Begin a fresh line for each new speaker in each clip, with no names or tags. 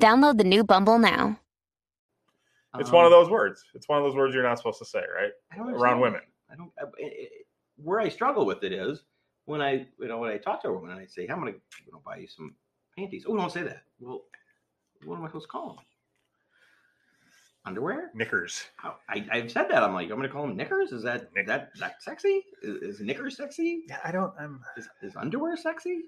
Download the new Bumble now.
It's one of
Um,
those words. It's one of those words you're not supposed to say, right?
Um, I don't
Around
understand.
women.
I don't. I, it, it- where I struggle with it is when I, you know, when I talk to a woman and I say, "I'm gonna, you know, buy you some panties." Oh, don't say that. Well, what am I supposed to call them? Underwear?
Knickers.
How- I, I've said that. I'm like, I'm gonna call them knickers. Is that
Knick-
that that sexy? Is, is knickers sexy?
Yeah, I don't. I'm.
Is, is underwear sexy?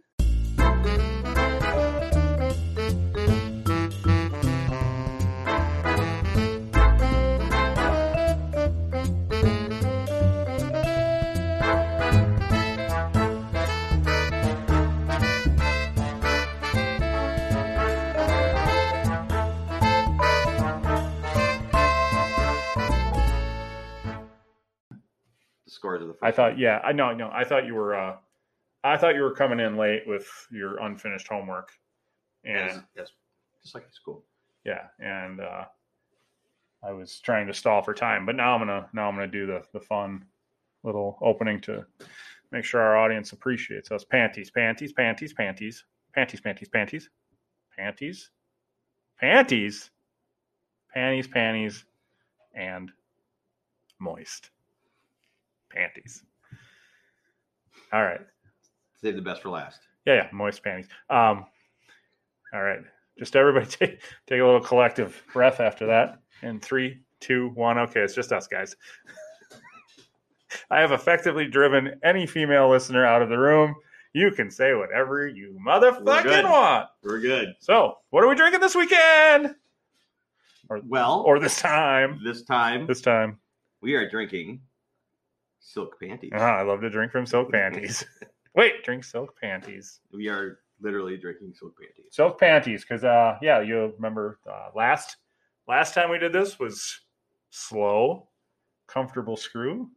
The scores of the first
I thought, yeah, I know, no, I thought you were, uh, I thought you were coming in late with your unfinished homework, and
Yes, yes. Just like at school.
yeah, and uh, I was trying to stall for time, but now I'm gonna, now I'm gonna do the the fun little opening to make sure our audience appreciates us. Panties, panties, panties, panties, panties, panties, panties, panties, panties, panties, panties, and moist panties. All right.
Save the best for last.
Yeah, yeah, moist panties. Um, all right, just everybody take take a little collective breath after that. In three, two, one. Okay, it's just us guys. I have effectively driven any female listener out of the room. You can say whatever you
good.
motherfucking want.
We're good.
So, what are we drinking this weekend
Well,
or this time?
this time
This time,
we are drinking silk panties.
uh, I love to drink from silk panties. Wait, drink silk panties.
We are literally drinking silk panties.
silk panties because uh yeah you remember uh, last last time we did this was slow comfortable screw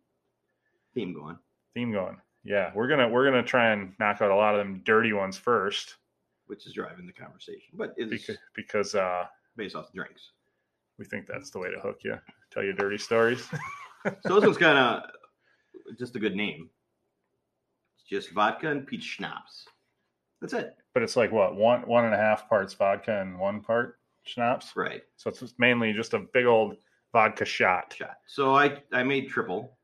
Theme going.
theme going yeah we're gonna we're gonna try and knock out a lot of them dirty ones first
Which is driving the conversation, but it's
because because uh
based off the drinks.
we think that's the way to hook you tell you dirty stories
So this one's kind of just a good name. It's just vodka and peach schnapps. That's it.
but it's like what one one and a half parts vodka and one part schnapps
Right.
so it's mainly just a big old vodka shot
Shot. So I I made triple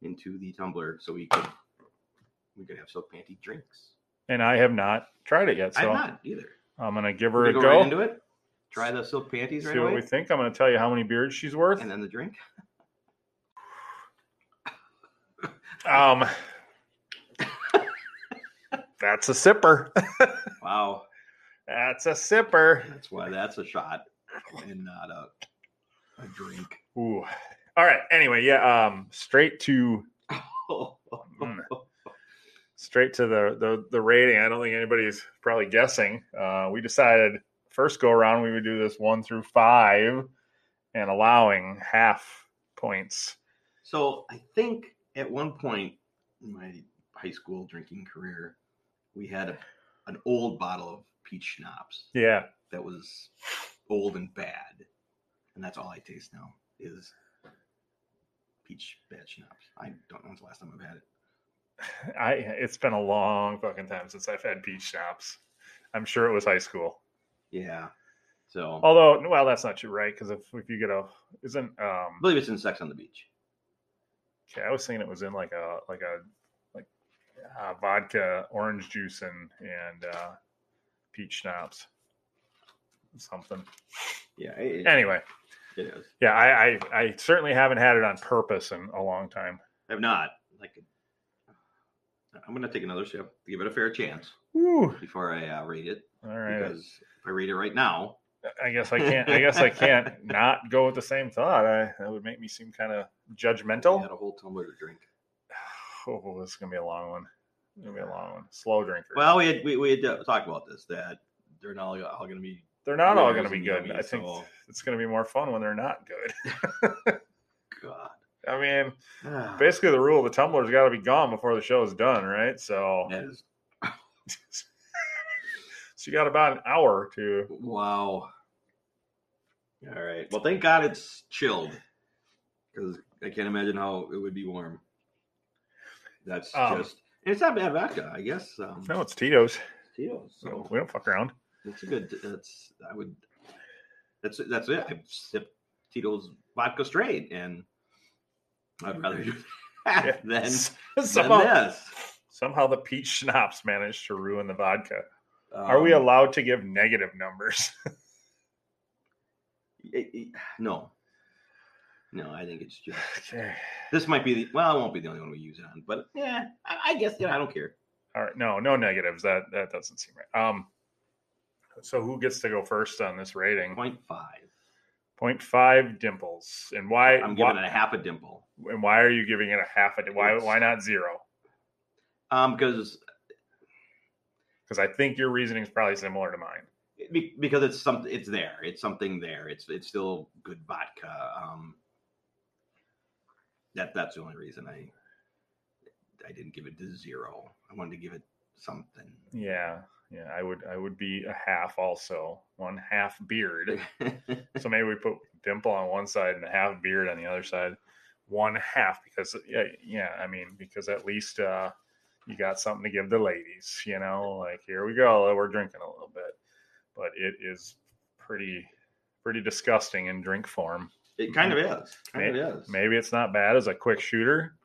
into the tumbler so we could we could have silk panty drinks.
and i have not tried it yet so
I'm not either.
i'm gonna give her
We're
a go,
go right into it. Try the silk panties
see
right
what
away,
we think i'm gonna tell you how many beards she's worth
and then the drink.
Um, that's a sipper.
Wow,
That's a sipper.
that's why that's a shot and not a a drink.
Ooh. All right. Anyway, yeah. Um, straight to Mm. straight to the the the rating. I don't think anybody's probably guessing. Uh, we decided first go around we would do this one through five, and allowing half points.
So I think at one point in my high school drinking career, we had a, an old bottle of peach schnapps
Yeah.
that was old and bad, and that's all I taste now is peach bad schnapps. I don't know when's the last time I've had it.
I. It's been a long fucking time since I've had peach schnapps. I'm sure it was high school.
Yeah, so I
Although, well, that's not true, right? Because if, if you get a isn't um
believe it's in Sex on the Beach.
Okay, I was thinking it was in like a like a like uh, vodka, orange juice, and and uh, peach schnapps, something.
Yeah, it-
Anyway,
It is.
Yeah, I, I, I certainly haven't had it on purpose in a long time.
I've not. Like, I'm gonna take another sip, give it a fair chance
Woo.
before I uh, read it.
All right.
Because if I read it right now,
I guess I can't. I guess I can't not go with the same thought. I, that would make me seem kind of
I
judgmental.
had a whole tumbler to drink.
Oh, this is gonna be a long one. It's gonna be a long one. Slow drinker.
Well, we had we, we had uh, talked about this that they're not all, all gonna be.
they're not all
Yours
gonna be
and
good.
yummy,
I think
so-
it's gonna be more fun when they're not good.
God.
I mean,
Ah,
basically the rule of the tumbler's got to be gone before the show is done, right? So,
that is-
so you got about an hour to.
wow. All right. Well, thank God it's chilled because I can't imagine how it would be warm. That's
Um,
just. And it's not bad vodka, I guess. Um,
No, it's Tito's.
Tito's, so
So we don't fuck around.
That's a good. That's I would. That's that's it. I sip Tito's vodka straight, and I'd rather do that
Yeah.
than, than
somehow,
this.
somehow the peach schnapps managed to ruin the vodka. Are we
Um,
allowed to give negative numbers?
y- y- No, no. I think it's just
okay.
this might be the well. It won't be the only one we use it on, but yeah, I, I guess you know, I don't care.
All right. No, no negatives. That that doesn't seem right. Um. So who gets to go first on this rating?
Point five.
Point five dimples. And why?
I'm
why
giving it a half a dimple.
and why are you giving it a half a? Why
Yes.
why not zero?
Um, because
Because I think your reasoning is probably similar to mine.
be- because it's something it's there it's something there it's it's still good vodka um that that's the only reason i i didn't give it to zero i wanted to give it something
Yeah. Yeah. I would I would be a half also. One half beard. So maybe we put dimple on one side and a half beard on the other side, one half because yeah, yeah. I mean because at least uh, you got something to give the ladies, you know. Like here we go, we're drinking a little bit, but it is pretty pretty disgusting in drink form.
it kind of is kind
May-
of is
Maybe it's not bad as a quick shooter,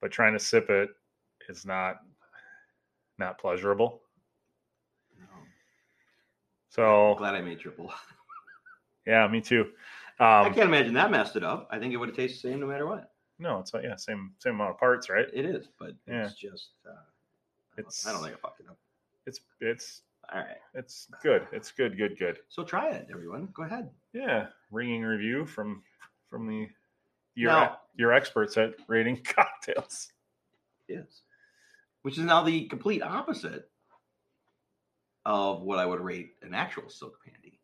but trying to sip it is not not pleasurable.
No.
So
glad i made triple
yeah, me too.
i
Um,
can't imagine that messed it up i think it would have tasted the same no matter what
no, it's yeah, same same amount of parts, right?
it is but
Yeah.
it's just uh, I don't-
It's-
i don't think i fucked it up
It's it's
all right
It's good. It's good. Good. Good.
so try it everyone go ahead
Yeah, ringing review from from the your
Now-
your experts at rating cocktails.
is, which is now the complete opposite of what I would rate an actual silk panty.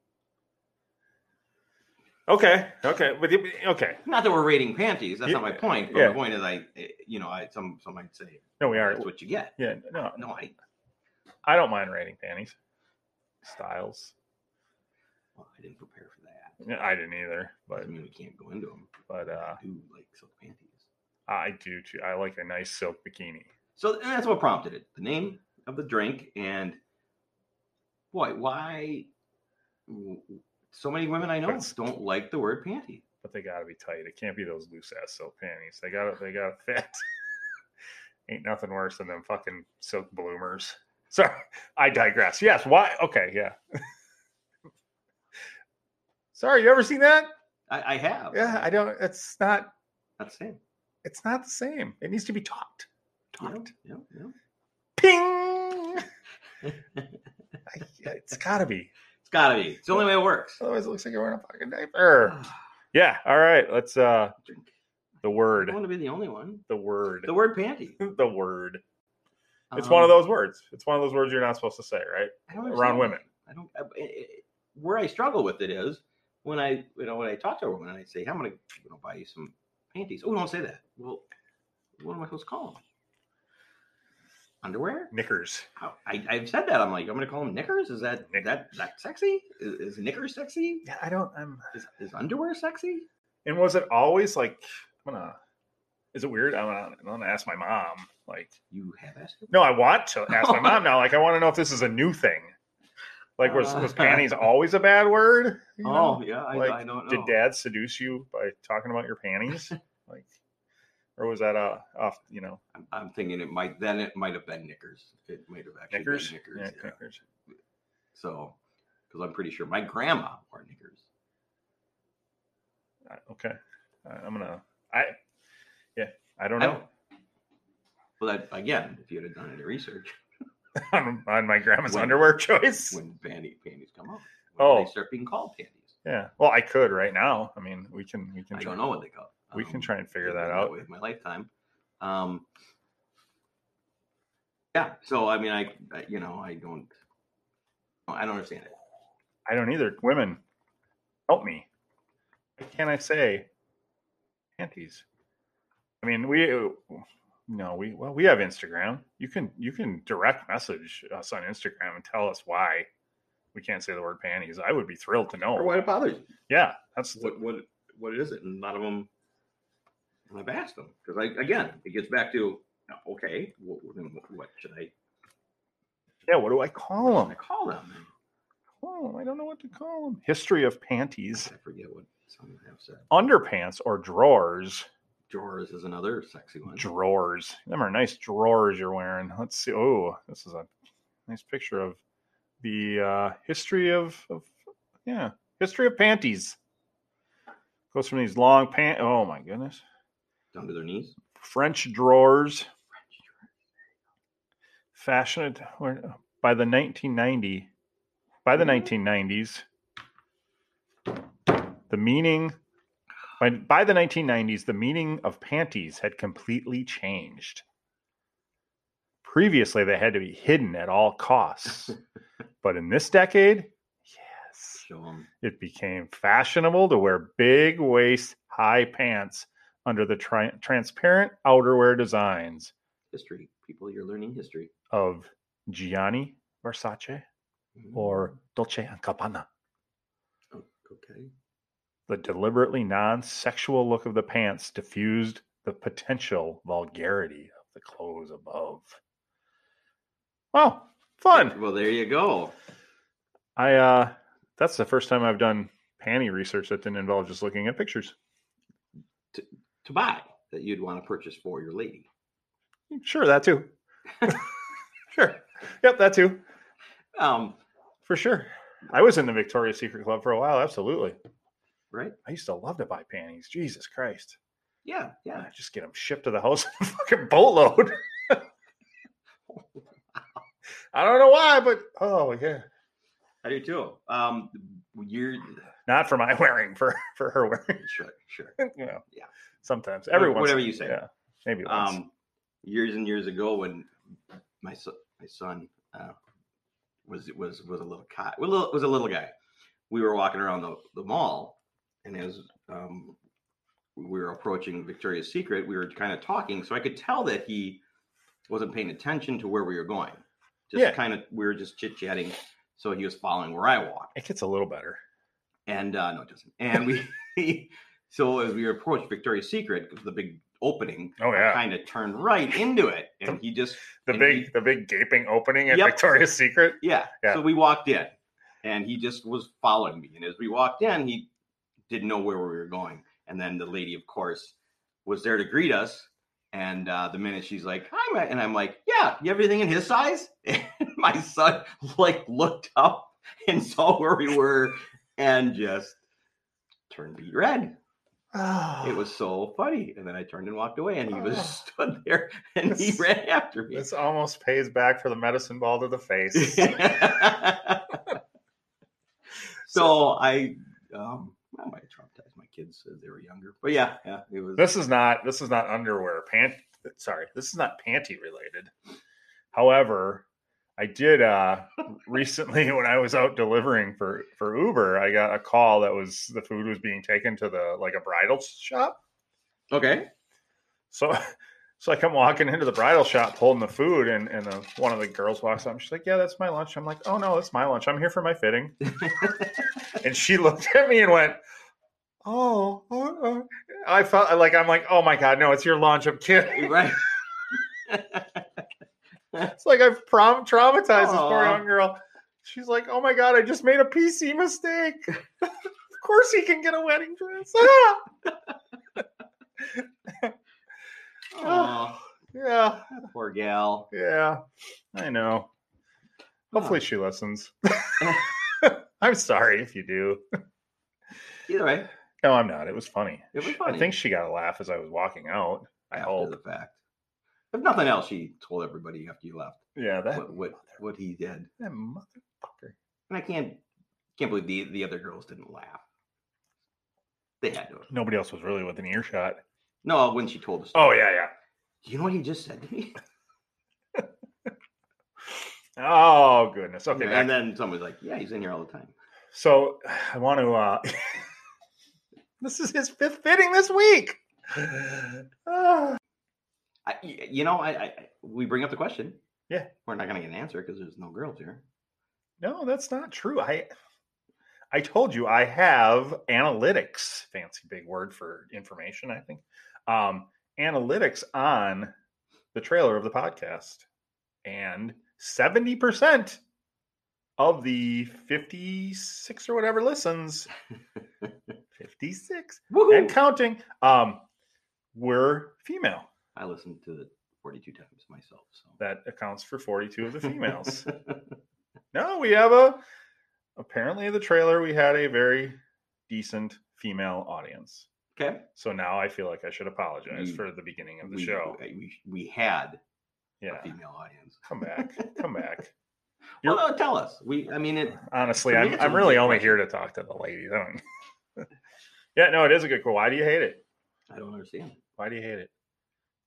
Okay. Okay. But you- okay.
Not that we're rating panties. That's not my
Yeah,
point. But
yeah.
my point is, I, you know, I some some might say
No, we are.
that's what you get.
Yeah. No,
No, I,
I don't mind rating panties styles.
well, I didn't prepare for that.
Yeah, I didn't either, but
I mean, we can't go into them.
but uh,
I do like silk panties.
I do too. I like a nice silk bikini.
So and that's what prompted it. The name of the drink and boy, why w- w- so many women I know
That's-
don't like the word panty.
but they gotta be tight. It can't be those loose ass silk panties. They gotta they gotta fit. Ain't nothing worse than them fucking silk bloomers. Sorry, I digress. Yes, why? Okay, yeah. Sorry, you ever seen that?
I, I have.
Yeah, I don't. It's not.
that's it.
It's not the same. It needs to be talked.
Yeah,
Talked.
yeah, yeah.
Ping. I, it's gotta be.
It's gotta be. It's the only way it works. Ah,
Otherwise, it looks like you're wearing a fucking diaper. Yeah. All right. Let's. uh
Drink.
The
I
word.
don't want to be the only one.
The word.
The word panty.
the word. It's one of
Um,
those words. It's one of those words you're not supposed to say, right?
I don't understand.
around women.
I don't. I, I- I- where I struggle with it is when I, you know, when I talk to a woman and I say, "I'm gonna, you know, buy you some panties." Oh, don't say that. Well, what am I supposed to call them? Underwear?
Knickers.
I, I- I've said that. I'm like, I'm gonna call them knickers. Is that
Knick-
that that sexy? Is, is knickers sexy?
Yeah, I don't. I'm.
Is, is underwear sexy?
And was it always like? I'm gonna. Is it weird? I'm gonna, I'm gonna ask my mom. Like,
You have asked. her?
no, I want to ask my mom now. Like, I want to know if this is a new thing. Like, was
Uh.
was panties always a bad word? you
Oh
know?
yeah, I,
like,
I don't know.
did Dad seduce you by talking about your panties? like, or was that uh off? You know,
I'm, I'm thinking it might then it might have been knickers. It might have actually
knickers.
been knickers.
Yeah,
yeah.
knickers.
So, because I'm pretty sure my grandma wore knickers.
Okay, I- I'm gonna. I yeah, I don't
I
know
don't. Well, that again, if you'd have done any research
on, on my grandma's
When-
underwear choice.
when panty, panties come up, when
Oh.
they start being called panties.
yeah, well, I could right now. I mean, we can we can
I
try,
don't know what they call. it.
we can
Um,
try and figure that
been
out.
way of my lifetime. Um, yeah. So I mean, I, I you know I don't I don't understand it.
I don't either. Women, help me. What can I say? Panties. I mean, we no, we well, we have Instagram. You can you can direct message us on Instagram and tell us why we can't say the word panties. I would be thrilled to
Or
know.
why it bothers you?
Yeah, that's
What what what is it? And a lot of them, I've asked them because I again it gets back to okay, what then what, what should I,
yeah. What do I call
I
them?
call them? And
Oh, I don't know what to call them. History of panties,
I forget what some have said.
underpants, or drawers.
Drawers is another sexy one.
drawers. Them are nice drawers you're wearing. Let's see. Oh, this is a nice picture of the uh, history of, of yeah, history of panties. Goes from these long pant. Oh my goodness,
Down to their knees.
French drawers. Fashioned where- by the 1990, by the 1990s. The meaning by, by the 1990s, the meaning of panties had completely changed. Previously, they had to be hidden at all costs. but in this decade, yes,
Show them.
it became fashionable to wear big waist high pants under the tri- transparent outerwear designs
history. People, you're learning history.
of Gianni Versace or Dolce & Gabbana.
Mm-hmm. Oh, okay,
The deliberately non sexual look of the pants diffused the potential vulgarity of the clothes above. Wow, fun.
Well, there you go.
I, uh, that's the first time I've done panty research that didn't involve just looking at pictures.
To buy that you'd want to purchase for your lady.
Sure, that too. sure. Yep, that too.
Um,
For sure. I was in the Victoria's Secret Club for a while. Absolutely.
right?
I used to love to buy panties. Jesus Christ.
Yeah, yeah.
I just get them shipped to the house in a fucking boatload. I don't know why, but oh yeah.
I do too. Um, you're
Not for my wearing, for for her wearing.
sure, sure.
You know,
Yeah.
Sometimes, every once-
whatever you say.
Yeah, maybe once.
Um, years and years ago, when my son, my son, uh, was was was a little cot, was a little, was a little guy. We were walking around the, the mall, and as um, we were approaching Victoria's Secret, we were kind of talking, so I could tell that he wasn't paying attention to where we were going. Just
Yeah.
kind of, we were just chit chatting, so he was following where I walked.
it gets a little better.
And uh, no, it doesn't. And we, so as we approached Victoria's Secret, the big opening,
Oh yeah,
kind of turned right into it. And he just,
the
and
big
he-
the big gaping opening at
Yep.
Victoria's Secret.
yeah.
Yeah.
So we walked in and he just was following me. And as we walked in, he didn't know where we were going. And then the lady, of course, was there to greet us. And uh, the minute she's like, hi, Ma-" and I'm like, yeah, you have anything in his size? And my son like looked up and saw where we were and just turned beat red. It was so funny. And then I turned and walked away, and he was
Oh.
stood there and he
That's-
ran after me.
This almost pays back for the medicine ball to the face.
so I, um, I might have traumatized my kids as they were younger, but yeah, yeah, it was.
this is not this is not underwear pant sorry this is not panty related however i did uh recently when i was out delivering for for uber i got a call that was the food was being taken to the like a bridal shop
okay.
so so i come walking into the bridal shop holding the food and and the, one of the girls walks up and she's like yeah that's my lunch i'm like oh no that's my lunch i'm here for my fitting and she looked at me and went Oh, oh, oh." I felt like I'm like, oh my god, no, it's your lunch. I'm kidding.
right.
It's like I've prom- traumatized this poor
Aw.
young girl. She's like, oh my god, I just made a PC mistake. of course he can get a wedding dress. Ah!
Aw,
Yeah,
poor gal.
yeah, I know. Hopefully
Huh.
she listens. I'm sorry if you do.
Either way,
No, I'm not. It was funny.
It was
She-
funny.
I think she got a laugh as I was walking out. I
after
hope.
the fact. If nothing else, he told everybody after you left
Yeah, that
what what, what he did.
that motherfucker.
And I can't can't believe the the other girls didn't laugh. They had to. have.
Nobody else was really within earshot.
No, when she told us.
Oh yeah, yeah.
Do you know what he just said to me?
Oh goodness. Okay, back.
and then someone's like, "Yeah, he's in here all the time."
so I want to. uh This is his fifth fitting this week. Ah.
I, y- you know, I, I we bring up the question.
Yeah.
we're not gonna get an answer because there's no girls here.
No, that's not true. I I told you I have analytics, fancy big word for information, I think. Um, analytics on the trailer of the podcast. And 70% of the 56 or whatever listens, 56
Woohoo!
and counting, um, were female.
I listened to it 42 times myself. So
That accounts for 42 of the females. No, we have a. Apparently, the trailer we had a very decent female audience.
okay.
So now I feel like I should apologize
You-
for the beginning of the
we,
show.
We, we had
Yeah,
a female audience.
come back, come back.
Well,
You're-
no, tell us. We, I mean, it.
Honestly,
For me,
I'm
it's a
I'm really
legit
only
question.
here to talk to the ladies. I don't. yeah, no, it is a good. Why do you hate it?
I don't understand.
Why do you hate it?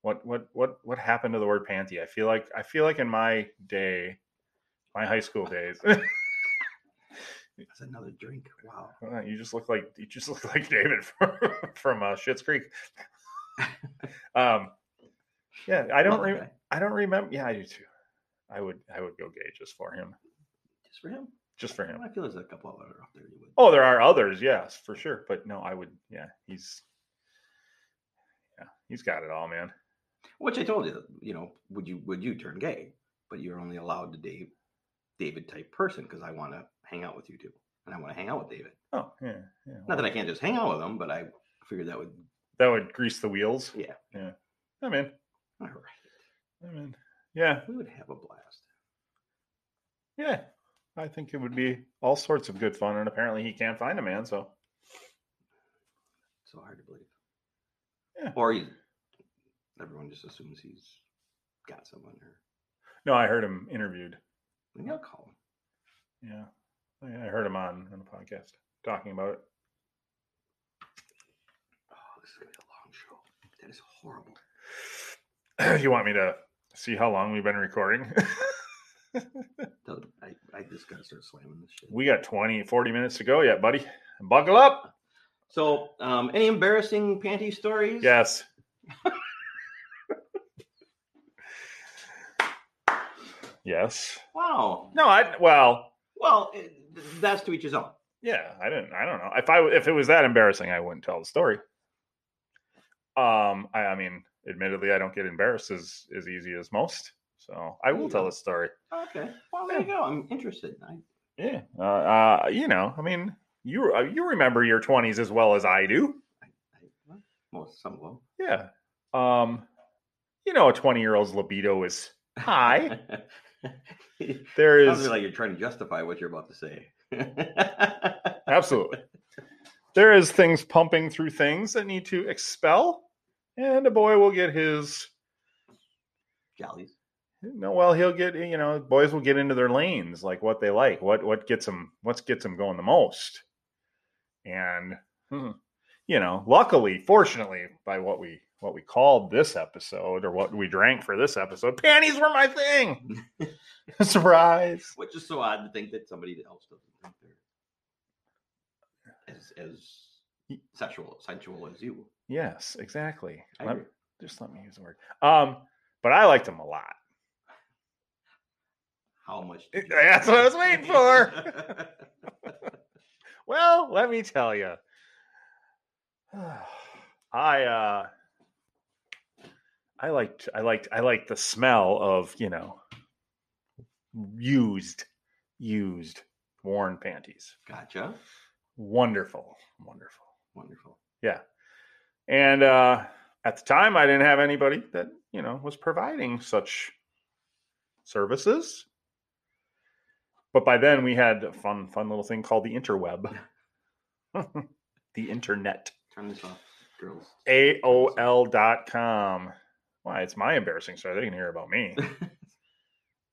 What what what what happened to the word panty? I feel like I feel like in my day, my high school days,
That's another drink. Wow.
Uh, you just look like you just look like David from from uh, Schitt's Creek. um, yeah, I don't
Love
re-
that guy.
I don't remember. Yeah, I do too. I would I would go gay just for him,
Just for him.
just for
I
him.
feel there's a couple of other up there. You would.
Oh, there are others, yes, for sure. But no, I would. Yeah, he's yeah, he's got it all, man.
Which I told you, you know, would you would you turn gay? But you're only allowed to date David type person because I want to hang out with you too, and I want to hang out with David.
Oh yeah, yeah.
Not that I can't just hang out with him, but I figured that would.
that would grease the wheels.
Yeah.
yeah. I'm in.
All right,
I'm in. Yeah,
we would have a blast.
yeah. I think it would be all sorts of good fun, and apparently he can't find a man, so.
So hard to believe.
Yeah.
Or he's, everyone just assumes he's got someone, or
No, I heard him interviewed.
maybe I'll call him.
Yeah. I I heard him on, on the podcast talking about it.
Oh, this is gonna be a long show. That is horrible.
you want me to see how long we've been recording?
Doug, I, I just gotta start slamming this shit.
we got 20, 40 minutes to go yet, buddy. Buckle up.
So, um, any embarrassing panty stories?
Yes. yes.
Wow.
No, I, well,
Well, it, that's to each his own.
yeah, I didn't, I don't know. If I, if it was that embarrassing, I wouldn't tell the story. Um, I, I mean, admittedly, I don't get embarrassed as, as easy as most. So I will tell
Yeah.
the story.
Okay. Well, there you go. I'm interested. I,
Yeah, uh, uh, you know, I mean, you uh, you remember your twenties as well as I do.
I well, most some of them.
Yeah, um, you know, a twenty-year-old's libido is high.
Sounds
There is
like you're trying to justify what you're about to say.
absolutely there is things pumping through things that need to expel, and a boy will get his.
Jollies.
No, well, he'll get you know, boys will get into their lanes, like what they like, what what gets them, what gets them going the most, and hmm, you know, luckily, fortunately, by what we what we called this episode or what we drank for this episode, panties were my thing. Surprise!
Which is so odd to think that somebody else doesn't think they're as as sexual sensual as you.
Yes, exactly.
I
Let-
agree.
just let me use the word. Um, but I liked them a lot.
How much? did you-
That's what I was waiting for. Well, let me tell you. I uh I liked I liked I liked the smell of, you know, used used worn panties.
gotcha.
Wonderful. Wonderful.
Wonderful.
And uh at the time I didn't have anybody that, you know, was providing such services. But by then we had a fun fun little thing called the interweb. the internet.
Turn this off, girls.
AOL.com. Why? It's my embarrassing story. They can hear about me.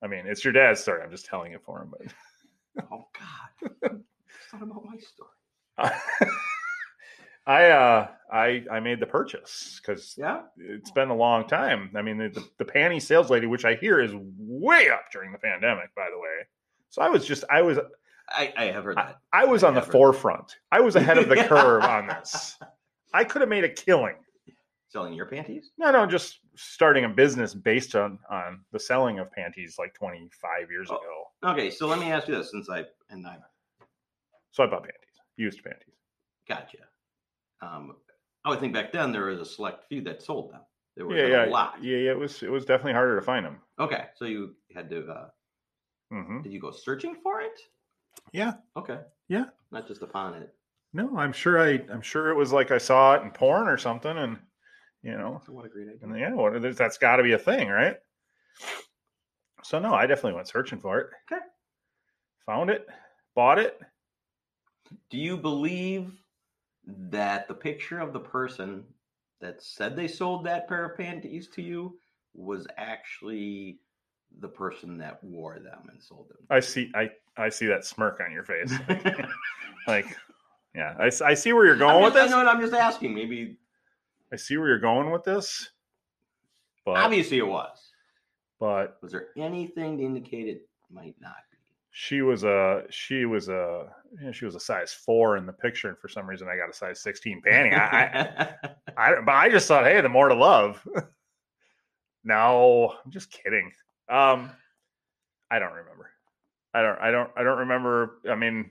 I mean, it's your dad's story. I'm just telling it for him. But
Oh God, it's not about my story.
I, uh, I, I made the purchase because
Yeah,
it's been a long time. I mean, the, the, the panty sales lady, which I hear is way up during the pandemic, by the way. So I was just, I was,
I, I have heard
I,
that.
I was on the
Never.
forefront. I was ahead of the curve on this. I could have made a killing.
Selling your panties?
No, no, just starting a business based on on the selling of panties like 25 years
Oh.
ago.
Okay, so let me ask you this, since I and I
So I bought panties, used panties.
gotcha. Um, I would think back then there was a select few that sold them. There were
Yeah,
a
yeah,
lot.
yeah, yeah. It was it was definitely harder to find them.
Okay, so you had to. Uh,
hmm
did you go searching for it?
Yeah,
Okay.
Yeah.
Not just upon it.
no, I'm sure I I'm sure it was like I saw it in porn or something, and you know,
So what a great idea.
and yeah, what, that's got to be a thing, right? So no, I definitely went searching for it.
Okay.
Found it, bought it.
Do you believe that the picture of the person that said they sold that pair of panties to you was actually the person that wore them and sold them?
I see I I see that smirk on your face. like yeah I, s- I see where you're going
I'm
with
just, I
this
know, and I'm just asking. Maybe
i see where you're going with this but
obviously it was.
but
Was there anything to indicate it might not be?
she was a she was a you know, she was a size four in the picture and for some reason i got a size 16 panty I, I i don't- but i just thought hey the more to love no i'm just kidding um i don't remember i don't i don't i don't remember i mean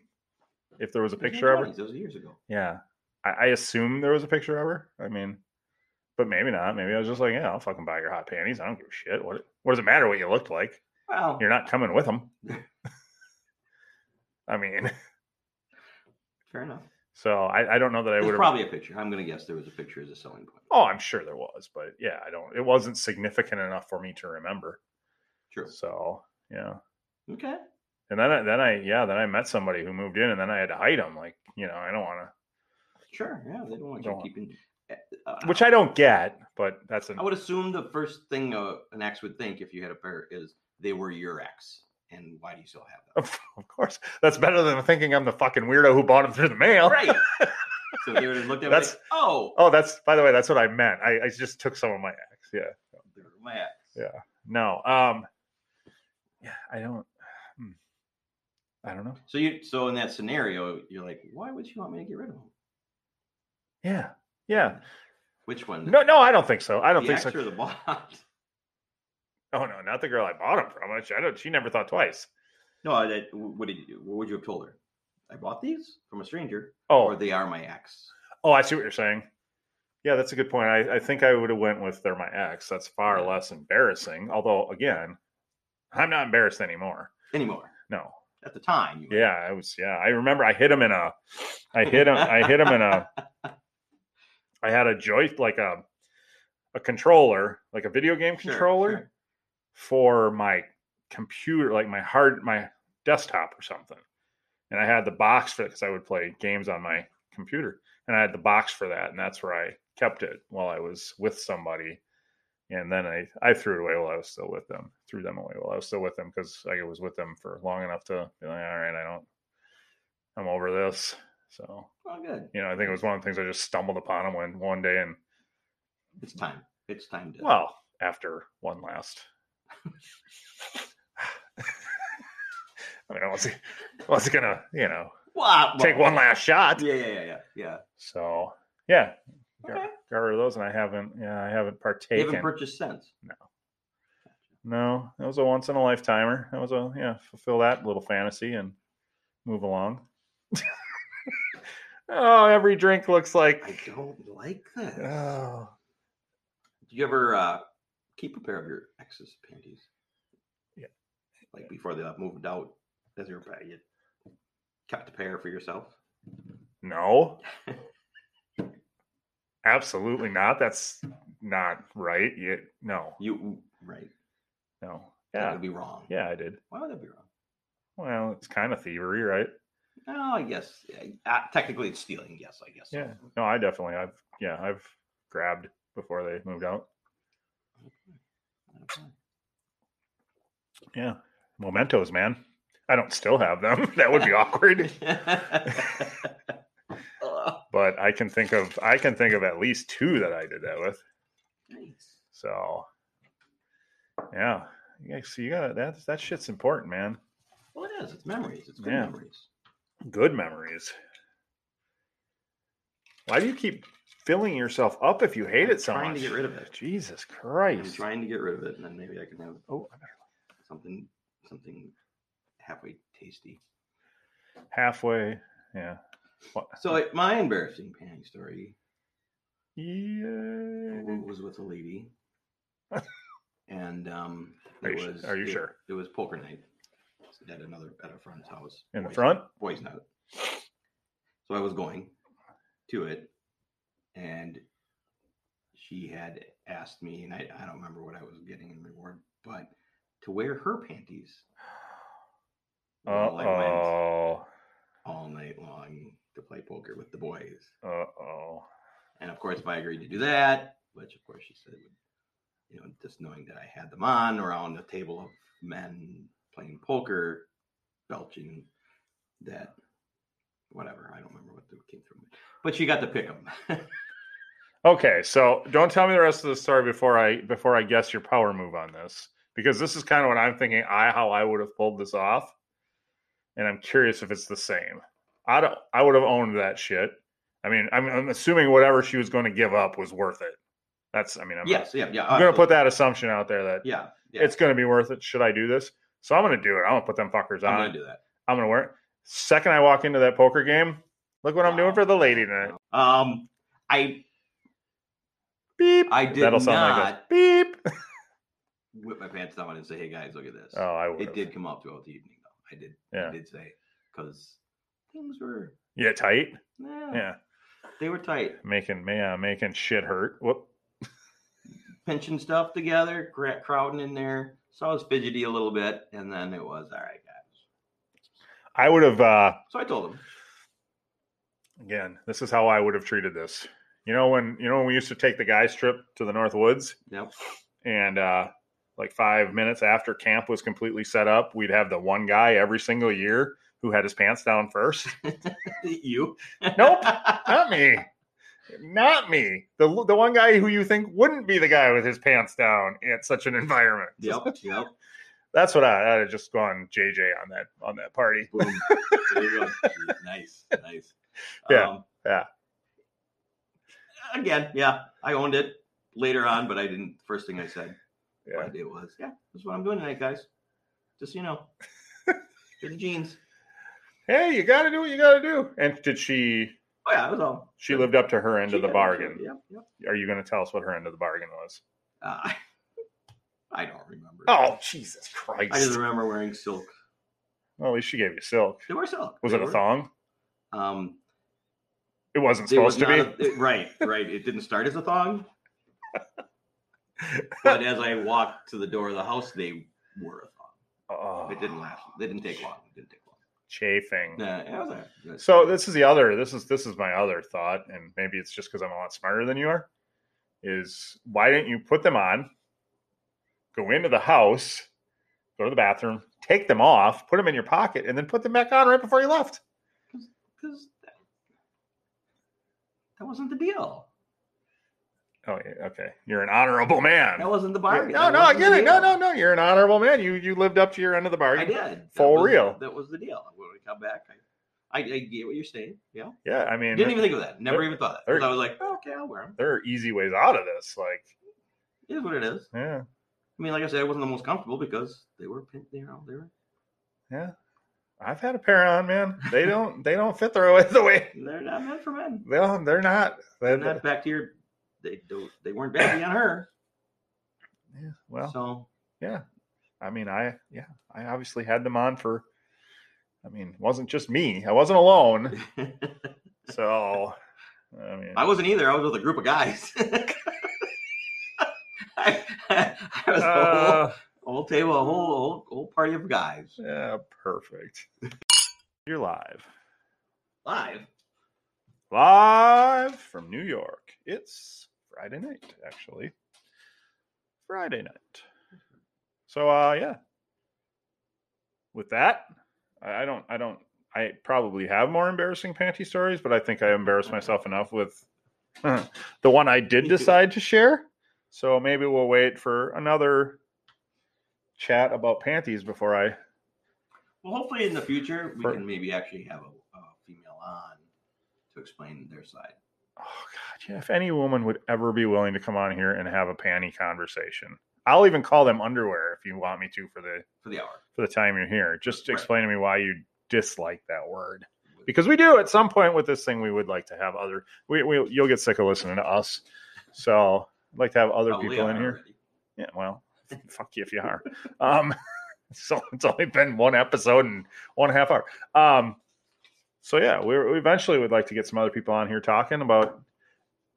if there was a picture of her
Those years ago.
Yeah. I, I assume there was a picture of her. I mean, but maybe not. Maybe I was just like, yeah, I'll fucking buy your hot panties. I don't give a shit. What, what does it matter what you looked like?
Well,
You're not coming with them. I mean,
fair enough.
so I, I don't know that I would
There's
have.
probably a picture. I'm going to guess there was a picture as a selling point.
Oh, I'm sure there was, but yeah, I don't. It wasn't significant enough for me to remember.
True.
So yeah,
Okay.
and then I, then I yeah then I met somebody who moved in, and then I had to hide them. Like you know, I don't want
Sure. Yeah, they don't want
Go
you
on.
keeping. Uh,
to, which I don't get, but that's an
I would assume the first thing uh, an ex would think if you had a pair is they were your ex, and why do you still have them?
Of, of course. That's better than thinking I'm the fucking weirdo who bought them through the mail.
Right. so they would have looked at me like,
That's-
oh,
Oh, that's by the way, that's what I meant. I, I just took some of my ex. Yeah.
they're my ex.
Yeah. No. Um yeah, I don't hmm. I don't know.
So you, so in that scenario, you're like, why would you want me to get rid of them?
Yeah. Yeah.
Which one?
No, no, I don't think so. I don't
the
think
ex or
so.
the bond?
Oh no, not the girl I bought them from. I don't she never thought twice.
no, that, what did you? What would you have told her? I bought these from a stranger,
Oh,
or they are my ex.
oh, I see what you're saying. Yeah, that's a good point. I, I think I would have went with they're my ex. That's far less embarrassing. Although again, I'm not embarrassed anymore.
Anymore
No,
at the time. You were-
Yeah, I was. Yeah, I remember. I hit him in a. I hit him. I hit him in a. I had a joy like a, a controller, like a video game
Sure,
controller,
sure.
for my computer, like my hard, my desktop or something. And I had the box for it because I would play games on my computer, and I had the box for that, and that's where I kept it while I was with somebody. And then I I threw it away while I was still with them. Threw them away while I was still with them because I was with them for long enough to be like, all right, I don't, I'm over this. So
Oh, good.
you know, I think it was one of the things I just stumbled upon them when one day, and
It's time. It's time to.
well, after one last. I mean, I wasn't, I wasn't gonna, you know,
Well,
take one last shot.
Yeah, yeah, yeah, yeah. yeah.
So yeah, got,
Okay.
got rid of those, and I haven't, yeah, I haven't
They
partaken.
haven't purchased since.
no, that was a once in a lifetimer. That was a yeah, fulfill that little fantasy and move along. oh, every drink looks
I
like.
don't like this.
Oh.
Do you ever uh, keep a pair of your ex's panties?
Yeah.
Like before they got moved out, as your pair, you kept a pair for yourself.
No. Absolutely not. That's not right. You, no,
You right?
no.
That
Yeah.
would be wrong.
Yeah, I did.
Why would that be wrong?
Well, it's kind of thievery, right?
oh, yes. Uh, technically, it's stealing. Yes, I guess. so.
Yeah. No, I definitely. I've yeah, I've grabbed before they moved out.
Okay.
Yeah. Mementos, man. I don't still have them. that would be awkward.
Oh,
But I can think of I can think of at least two that I did that with.
nice.
So yeah. Yeah, so you gotta that's that shit's important, man.
Well, it is. It's memories. It's good
Yeah.
memories.
Good memories. Why do you keep filling yourself up if you hate
I'm
it so
trying to
much?
get rid of it.
Jesus
I'm
Christ.
trying to get rid of it, and then maybe I can have
Oh,
something, something halfway tasty.
halfway. Yeah. What?
So like, my embarrassing panty story
yeah.
was with a lady, and um,
Are
it
you su-
was,
are you
it-
sure?
it was poker night at another at a friend's house
In the
Boys-
front?
boys' night. So I was going to it, and she had asked me, and I, I don't remember what I was getting in reward, but to wear her panties.
Uh
while I went.
oh.
all night long to play poker with the boys.
Uh oh.
And of course, if I agreed to do that, which of course she said would, you know, just knowing that I had them on around the table of men playing poker, belching, that whatever. I don't remember what the- came through. But she got to pick them.
Okay, so don't tell me the rest of the story before I before I guess your power move on this because this is kind of what I'm thinking I how I would have pulled this off and I'm curious if it's the same. I don't I would have owned that shit. I mean, I'm, I'm assuming whatever she was going to give up was worth it. That's I mean, I'm,
yes. Yeah. Yeah.
I'm going to put
absolutely.
that assumption out there that
Yeah. Yeah.
it's going to be worth it should I do this. So I'm going to do it. I'm going to put them fuckers
I'm
on.
going to do that.
I'm going to wear it. Second I walk into that poker game, look what I'm doing for the lady tonight.
Um, I
Beep.
I did
That'll sound like this. Beep.
whip my pants down and say, "Hey guys, look at this."
Oh, I would.
it did come up throughout the evening, though. I did.
Yeah.
I did say because things were
Yeah, tight.
Yeah,
Yeah,
they were tight.
making yeah, making shit hurt. Whoop.
Pinching stuff together, gra- crowding in there. So I was fidgety a little bit, and then it was all right, guys.
I would have uh
So I told him,
again. This is how I would have treated this. You know when you know when we used to take the guys trip to the North Woods
"Yep,
and uh like 5 minutes after camp was completely set up, we'd have the one guy every single year who had his pants down first.
you."
Nope. Not me. Not me. The the one guy who you think wouldn't be the guy with his pants down at such an environment.
yep. Yep.
That's what I I'd have just gone JJ on that on that party.
Boom. There you go. nice. Nice.
Yeah,
Um,
yeah.
Again, yeah, I owned it later on, but I didn't. First thing I said,
Yeah.
but it was, yeah, that's what I'm doing tonight, guys. Just so you know, Get the jeans.
Hey, you got to do what you got to do. And did she
Oh yeah, it was all.
She lived up to her end
She
of the
did,
bargain.
Yep. Yep.
Are you going to tell us what her end of the bargain was?
Uh, I don't remember.
Oh, Jesus
I just
Christ.
remember wearing silk.
Well, at least she gave you silk.
They were silk.
Was
They
it a
were.
thong?
Um,
It wasn't
it was
supposed to
not
be.
a- it- right, right. It didn't start as a thong, but as I walked to the door of the house, they were a thong.
oh,
It didn't last. They didn't take long. It didn't take long.
Chafing.
Nah, it was all right. That's-
So this is the other. This is this is my other thought, and maybe it's just because I'm a lot smarter than you are. Is why didn't you put them on? Go into the house, go to the bathroom, take them off, put them in your pocket, and then put them back on right before you left.
because that, that wasn't the deal.
Oh, yeah, okay. You're an honorable man.
That wasn't the
Yeah,
bargain.
No,
That
no, I
wasn't
get
the
it. No,
deal.
no, no. You're an honorable man. You you lived up to your end of the
I
bargain.
did. That
For
was-
real.
That was the deal. When we come back, I, I, I get what you're saying. Yeah.
Yeah, I mean,
Didn't even think of that. Never
they're-
even thought of that.
they're-
'Cause I was like, oh, okay, I'll wear them.
there are easy ways out of this. Like,
It is what it is.
yeah,
I mean, like I said, it wasn't the most comfortable because they were pin- you know, they were
yeah. I've had a pair on, man. They don't they don't fit the way the way.
they're not meant for men.
They don't, they're not. They're,
They're not back to your they don't they weren't backy on her.
yeah, well,
so
yeah. I mean, I yeah, I obviously had them on for. I mean, it wasn't just me. I wasn't alone. So, I mean,
I wasn't either. I was with a group of guys. I, I was a
uh,
whole, whole table, a whole, whole whole party of guys.
yeah, perfect. You're live.
Live.
Live from New York. It's Friday night, actually. Friday night. So uh yeah. With that, I I don't I don't I probably have more embarrassing panty stories, but I think I embarrassed myself enough with the one I did decide to share. So maybe we'll wait for another chat about panties before I
Well, hopefully in the future we
For-
can maybe actually have a, a female on to explain their side.
Oh God, yeah. If any woman would ever be willing to come on here and have a panty conversation, I'll even call them underwear if you want me to for the
for the hour.
for the time you're here. Just to
Right.
explain to me why you dislike that word. Because we do at some point with this thing, we would like to have other. We, we you'll get sick of listening to us, so I'd like to have other
Probably
people in
are
here.
already.
Yeah, well, fuck you if you are. Um, so it's only been one episode and one half hour. Um, so yeah, we, we eventually would like to get some other people on here talking about.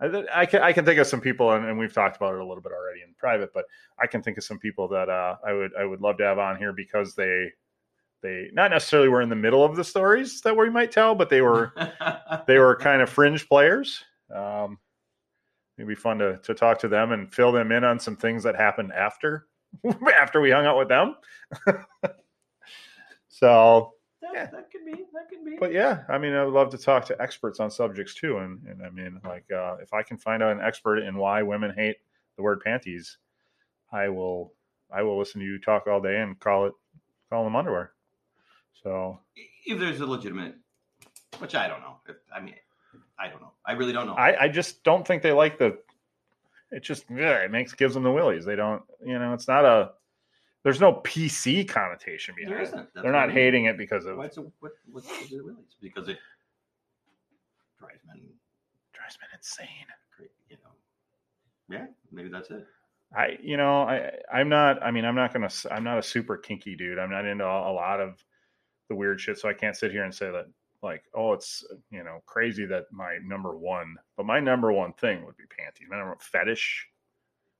I, th- I can I can think of some people, and, and we've talked about it a little bit already in private, but I can think of some people that uh, I would I would love to have on here because they they not necessarily were in the middle of the stories that we might tell, but they were they were kind of fringe players. Um, it'd be fun to to talk to them and fill them in on some things that happened after after we hung out with them. so,
that,
Yeah.
that could be. That could be.
but yeah, I mean, I would love to talk to experts on subjects too. And and I mean, like, uh, if I can find out an expert in why women hate the word panties, I will I will listen to you talk all day and call it call them underwear. So
if there's a legitimate, which I don't know. If, I mean, I don't know. I really don't know.
I, I just don't think they like the. It just yeah, it makes gives them the willies. They don't, you know, it's not a. There's no PC connotation behind
there
it.
isn't. That's
They're
what
not
I mean.
hating it because of
Why it's a, what, what, is it really? It's because it drives men
drives men insane.
crazy. You know. Yeah, maybe that's it.
I, you know, I I'm not. I mean, I'm not gonna. s- I'm not a super kinky dude. I'm not into a, a lot of the weird shit. So I can't sit here and say that like, oh, it's you know crazy that my number one, but my number one thing would be panties. My number one fetish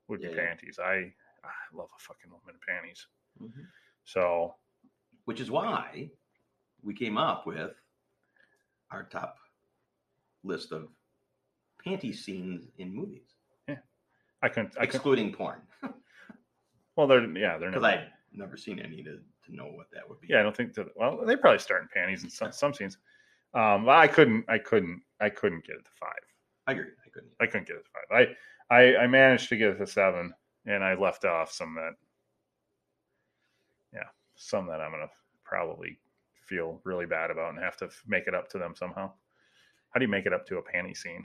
would
Yeah,
be
yeah.
panties. I I love a fucking woman in panties.
Mm-hmm.
So
Which is why we came up with our top list of panty scenes in movies,
I couldn't. I couldn't.
excluding porn,
Well, they're yeah, they're
because
not.
I've never seen any to, to know what that would be.
Yeah, I don't think that. Well, they probably start in panties in some, some scenes. Um, but I couldn't. I couldn't. I couldn't get it to five.
I agree. I couldn't.
I couldn't get it to five. I I, I managed to get it to seven, and I left off some that. Yeah, some that I'm gonna probably feel really bad about and have to f- make it up to them somehow. How do you make it up to a panty scene?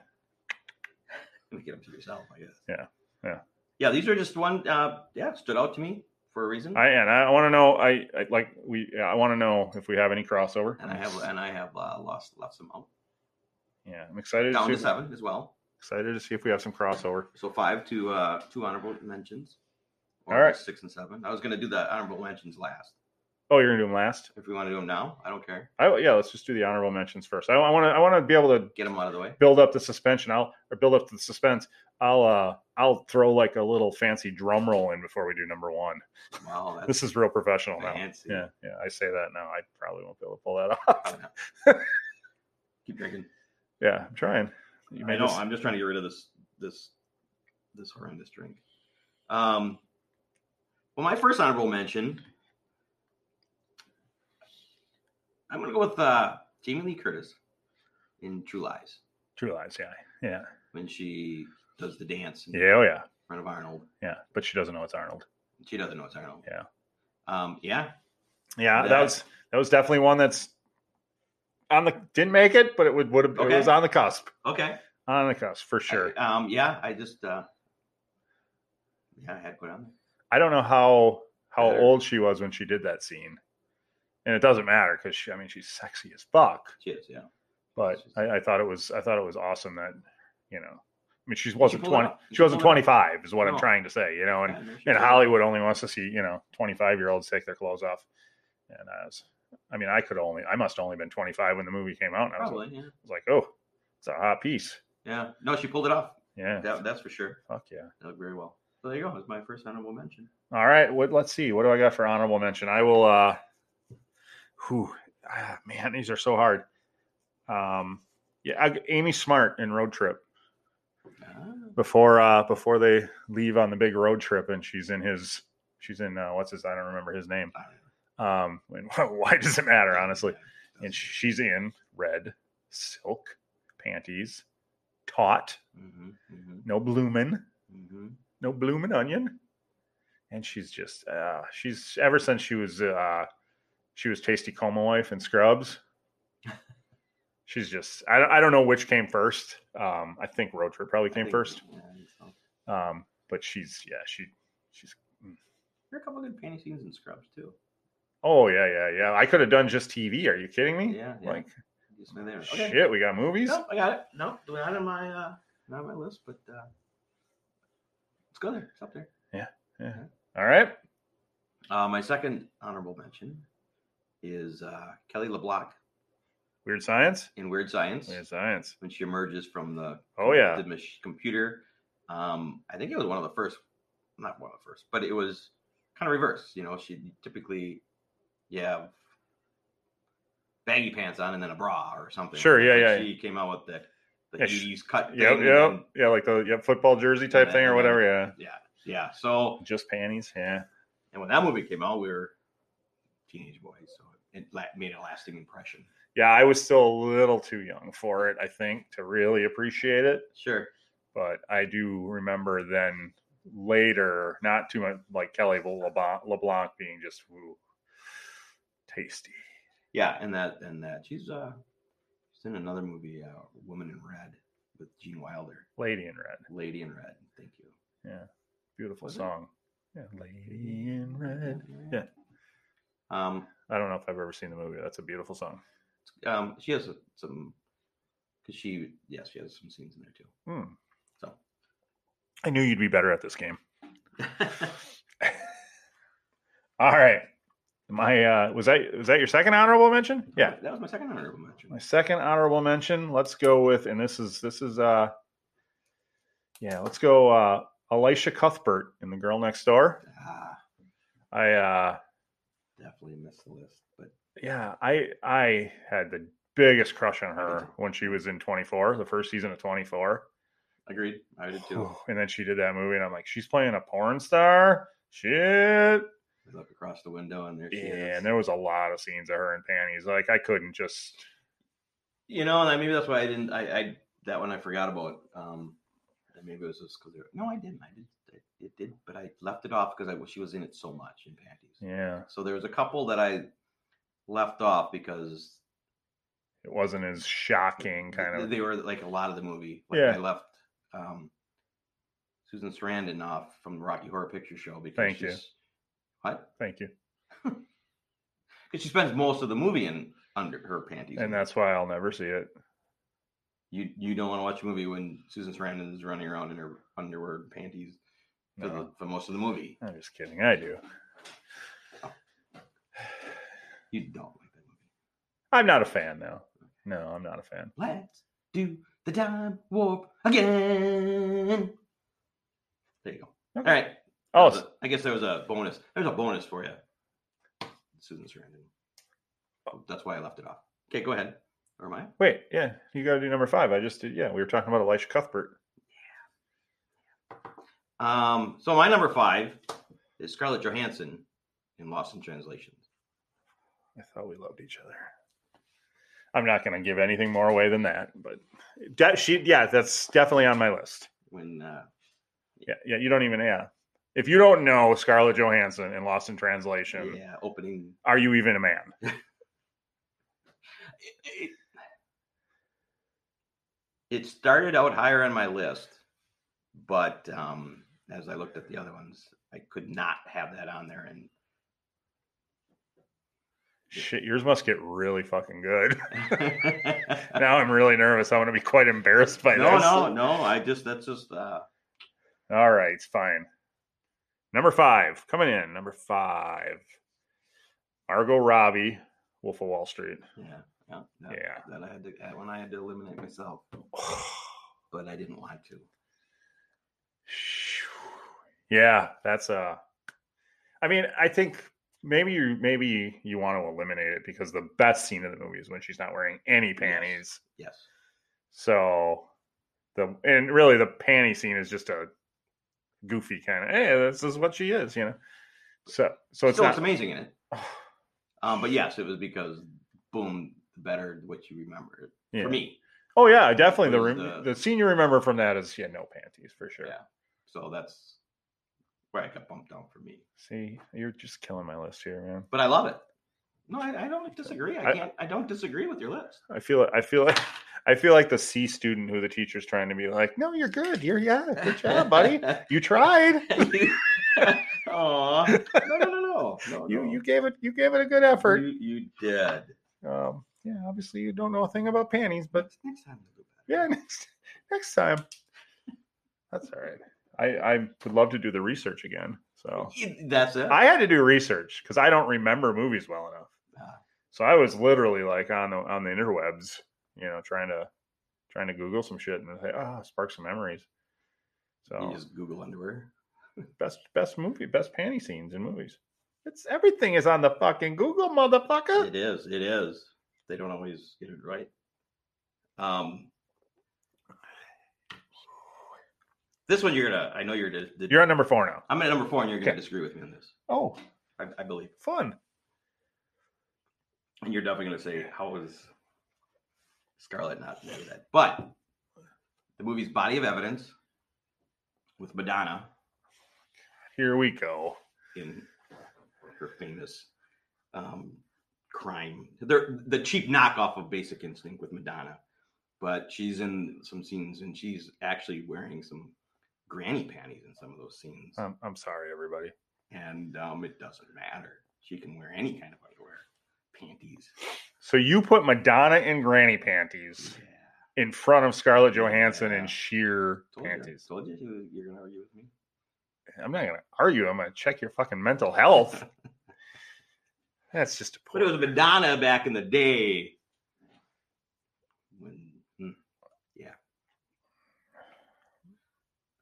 Let me get them to yourself, I guess.
Yeah, yeah.
Yeah, these are just one uh yeah, stood out to me for a reason.
I and I want to know. I, I like we. yeah, I want to know if we have any crossover.
and I have and I have uh, lost lost some out.
Yeah, I'm excited.
Down
to
to
see,
seven as well.
excited to see if we have some crossover.
So five to uh two honorable mentions. Or
All right.
six and seven. I was gonna do the honorable mentions last.
Oh, you're gonna do them last.
If we want to do them now, I don't care.
I, yeah, let's just do the honorable mentions first. I want to. I want to be able to
Get them out of the way.
build up the suspension. I'll or build up the suspense. I'll uh I'll throw like a little fancy drum roll in before we do number one.
Wow, that's
This is real professional now.
fancy.
Yeah, yeah. I say that now. I probably won't be able to pull that off.
Probably not. Keep drinking.
yeah, I'm trying. You
I
made
know.
this-
I'm just trying to get rid of this this this horrendous drink. Um, well, my first honorable mention. I'm gonna go with uh, Jamie Lee Curtis in True Lies
True Lies. Yeah, yeah,
when she does the dance in
yeah. Oh yeah,
front of Arnold.
yeah. But she doesn't know it's Arnold.
She doesn't know it's Arnold.
Yeah.
Um, yeah.
Yeah, that
That-
was that was definitely one that's on the didn't make it, but it would would have
Okay.
it was on the cusp,
Okay.
on the cusp for sure.
I- um, yeah. I just uh, yeah, I had to put it on there.
I don't know how how
Heather.
old she was when she did that scene, and it doesn't matter because she I mean she's sexy as fuck.
She is. Yeah.
But I, I thought it was I thought it was awesome that you know I mean she wasn't
pulled it
twenty
off. She
she wasn't
pulled
twenty
it
five is what I'm
No.
trying to say you know and
Yeah, no, she
and
did.
Hollywood only wants to see you know twenty five year olds take their clothes off and I was I mean I could only I must have only been twenty five when the movie came out and I was,
Probably. Yeah.
I was like oh it's a hot piece
Yeah. No, she pulled it off.
yeah
That, that's for sure.
fuck yeah
They look very well. So there you go. That's my first honorable mention.
All right, what let's see. What do I got for honorable mention? I will uh who ah man, these are so hard. Um, yeah, I, Amy Smart in Road Trip
Ah.
before uh, before they leave on the big road trip, and she's in his she's in uh, what's his I don't remember his name. Um, and why does it matter, honestly? And she's in red silk panties, taut,
Mm-hmm, mm-hmm,
no bloomin',
mm-hmm.
no bloomin' onion, and she's just uh, she's ever since she was uh, she was Tasty Coma wife in Scrubs. She's just I don't, I don't know which came first. Um, I think Road Trip probably
I
came
think-
first.
yeah, I think so.
Um, but she's yeah, she she's
There are a couple good panty scenes in Scrubs too.
oh yeah, yeah, yeah. I could have done just TV. Are you kidding me?
Yeah, yeah.
Like
Just been there. Okay.
shit, we got movies.
Nope, I got it. Nope, not on my uh, not on my list, but uh, let's go there. It's up there.
All right.
Uh, my second honorable mention is uh, Kelly LeBlanc
Weird science.
in Weird Science
Weird science.
when she emerges from the
Oh yeah.
the mach- computer. Um, I think it was one of the first, not one of the first, but it was kind of reverse. You know, she typically, yeah, baggy pants on and then a bra or something.
Sure, yeah,
But
yeah,
She came out with the the 80s
Yeah, she-
cut. Thing
Yep,
and
yep.
then-
Yeah, like the yep, football jersey type thing or whatever, yeah.
yeah. So
Just panties, yeah.
And when that movie came out, we were teenage boys, so it la- made a lasting impression.
Yeah, I was still a little too young for it, I think, to really appreciate it.
Sure.
but I do remember then later, not too much like Kelly LeBlanc, LeBlanc being just woo, tasty.
Yeah, and that and that she's uh she's in another movie, uh, Woman in Red with Gene Wilder,
Lady in Red,
Lady in Red. Thank you.
beautiful
Was it?
song. Yeah, Lady in Red. Yeah.
Um,
I don't know if I've ever seen the movie. That's a beautiful song.
um, she has some because she yes she has some scenes in there too.
Hmm.
So
I knew you'd be better at this game. All right, my uh, was that was that your second honorable mention? Yeah,
that was my second honorable mention.
My second honorable mention, let's go with, and this is this is uh yeah, let's go uh Elisha Cuthbert in the girl next door.
Ah,
I uh
definitely missed the list, but
yeah, I I had the biggest crush on her when she was in 24, the first season of 24.
agreed. I did too.
And then she did that movie and I'm like, she's playing a porn star? Shit.
I look across the window and there she
Yeah,
is.
and there was a lot of scenes of her in panties. Like I couldn't just
You know, and I, maybe that's why I didn't. I, I that one I forgot about. Um, and maybe it was just because no, I didn't. I did. It, it did, but I left it off because I she was in it so much in panties.
yeah,
So there was a couple that I left off because
it wasn't as shocking kind
th-
of
they were like a lot of the movie. Like
Yeah.
I left um, Susan Sarandon off from the Rocky Horror Picture Show because
Thank you.
she's, What?
thank you.
Because she spends most of the movie in under her panties,
And that's why I'll never see it.
you you don't want to watch a movie when Susan Sarandon is running around in her underwear and panties. for,
No.
the, for most of the movie.
I'm just kidding. I do.
You don't like that movie.
I'm not a fan, though. No, I'm not a fan.
Let's do the time warp again. There you go.
Okay.
All right.
Oh,
That was
s-
a- I guess there was a bonus. There's a bonus for you, Susan Sarandon. Oh, That's why I left it off. Okay, go ahead. Or am I?
wait. Yeah, you got to do number five. I just did. Yeah, we were talking about Elisha Cuthbert.
Um, so my number five is Scarlett Johansson in Lost in Translation.
I thought we loved each other. I'm not going to give anything more away than that, but that she, yeah, that's definitely on my list.
When uh,
Yeah, yeah. You don't even, yeah. If you don't know Scarlett Johansson in Lost in Translation,
yeah, opening
are you even a man?
it, it started out higher on my list, but um, as I looked at the other ones, I could not have that on there. And
Shit, yours must get really fucking good. now I'm really nervous. I'm going to be quite embarrassed by
no,
this.
no, no. I just that's just uh,
All right, fine. Number five, coming in. Number five, Margot Robbie, Wolf of Wall Street.
yeah, yeah, that,
Yeah.
That I had to that one I had to eliminate myself, but I didn't want to.
yeah, that's uh I mean, I think maybe you maybe you want to eliminate it because the best scene of the movie is when she's not wearing any panties.
Yes.
So the and really the panty scene is just a goofy kind of hey, this is what she is, you know. So so it's
Still,
not
it's amazing in it. Um, but yes, it was because boom, the better what you remember
Yeah.
for me.
Oh yeah, definitely the
was
rem-
the-
the scene you remember from that is yeah, no panties for sure.
Yeah. So that's where I got bumped down for me.
See, you're just killing my list here, man.
But I love it. No, I, I don't disagree. I
I-
can't. I don't disagree with your list.
I feel I feel like I feel like the C student who the teacher's trying to be like, "No, you're good. You're yeah, good job, buddy. You tried.
Aw. No, no, no, no. no
You
Oh, no. Mm-hmm.
you gave it you gave it a good effort.
You, you did.
Um, yeah, obviously you don't know a thing about panties, but
Next- next time we'll do better.
yeah, next next time. That's all right. I I would love to do the research again. So
You- That's it.
Oh. I had to do research because I don't remember movies well enough.
Ah.
So I was literally like on the on the interwebs, you know, trying to trying to Google some shit and say, ah, spark some memories. So
You just Google underwear.
best best movie, best panty scenes in movies. It's everything is on the fucking Google, motherfucker.
It is. It is. They don't always get it right. Um, this one you're gonna. I know you're. Di- di-
You're at number four now.
I'm at number four, and you're gonna
Okay.
disagree with me on this.
Oh,
I, I believe,
fun.
and you're definitely gonna say, "How was Scarlett not know that?" But the movie's body of evidence with Madonna
Here we go.
in her famous um, crime. They're the cheap knockoff of Basic Instinct with Madonna, but she's in some scenes and she's actually wearing some granny panties in some of those scenes,
I'm, I'm sorry, everybody.
and um, it doesn't matter. She can wear any kind of underwear, panties.
So you put Madonna in granny panties
Yeah,
in front of Scarlett Johansson
Yeah.
in sheer
told you,
panties.
told you you- you're gonna argue with me.
I'm not gonna argue. I'm gonna check your fucking mental health. That's just a
But it was Madonna back in the day. When, hmm, yeah.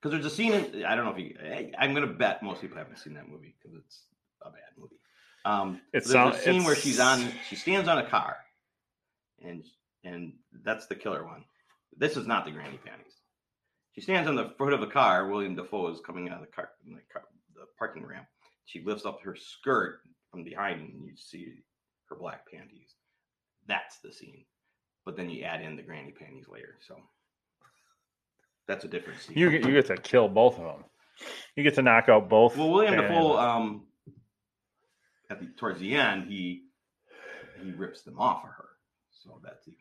Because there's a scene. In, I don't know if you. I- I'm gonna bet most people haven't seen that movie because it's a bad movie. Um,
It
there's a
sound-
scene where she's on.
it's-
She stands on a car, and and that's the killer one. This is not the granny panties. She stands on the foot of a car. William Defoe is coming out of the car, the, car, the parking ramp. She lifts up her skirt from behind, and you see her black panties. That's the scene. But then you add in the granny panties later, so that's a different scene.
You get you get to kill both of them. You get to knock out both.
well, William
and-
Defoe, um, at the towards the end, he he rips them off of her, so that's even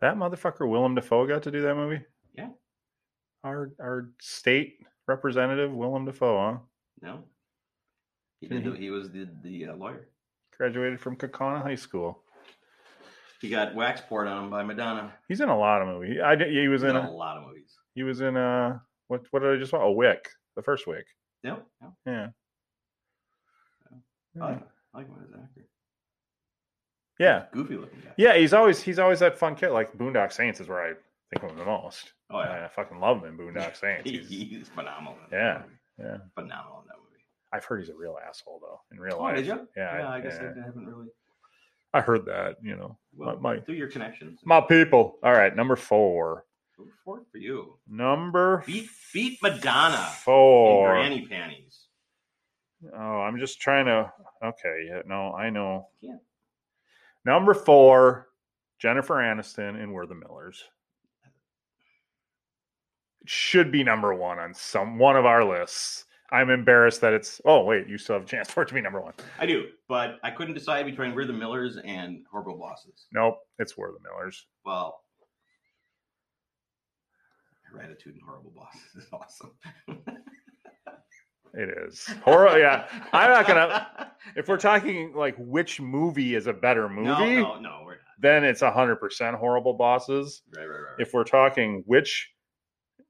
that motherfucker Willem Defoe got to do that movie.
Yeah.
Our our state representative Willem Defoe, huh?
no. He did.
Mhm.
the- He was the the uh, lawyer.
Graduated from Kakana High School.
He got wax poured on him by Madonna.
He's in a lot of movies. I did- he was in
in a
a,
lot of movies.
he was in a what what did I just want? A Wick, the first Wick.
No, no.
Yeah.
I like
Yeah.
him. I like him as an actor.
Mm. Yeah.
Goofy looking guy.
Yeah, he's always he's always that fun kid. Like Boondock Saints is where I think of him the most.
Oh yeah.
I fucking love him in Boondock Saints.
He-
He's-
He's phenomenal. in that
Yeah,
movie.
yeah.
Phenomenal in that movie.
I've heard he's a real asshole though in real
Oh,
life.
did you?
Yeah,
I guess
yeah.
I haven't really.
I heard that. You know,
Well,
my-
through your connections.
my people. All right, number four.
Go for it for you.
Number
Beat beat Madonna in
four.
granny panties.
Oh, I'm just trying to. Okay, yeah, no, I know.
Yeah.
Number four, Jennifer Aniston and We're the Millers. It should be number one on some one of our lists. I'm embarrassed that it's. Oh wait, you still have a chance for it to be number one.
I do, but I couldn't decide between We're the Millers and Horrible Bosses.
Nope, it's We're the Millers.
Well, Gratitude and Horrible Bosses is awesome.
It is horrible. yeah, I'm not gonna. If we're talking like which movie is a better movie,
No, no, no, we're not.
then it's 100% horrible bosses.
Right, right, right. right.
If we're talking which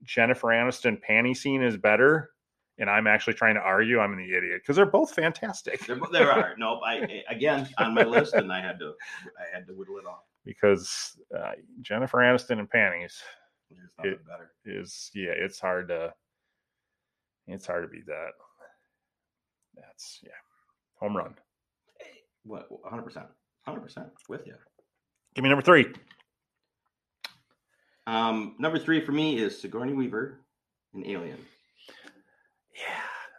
Jennifer Aniston panty scene is better, and I'm actually trying to argue, I'm an idiot because they're both fantastic.
There, there are nope. I I- again on my list, and I had to, I had to whittle it off.
Because uh, Jennifer Aniston and panties
There's nothing better.
is yeah, it's hard to it's hard to beat that. That's yeah, Home run.
What? 100%. 100% with you.
Give me number three.
Um, number three for me is Sigourney Weaver an Alien.
Yeah.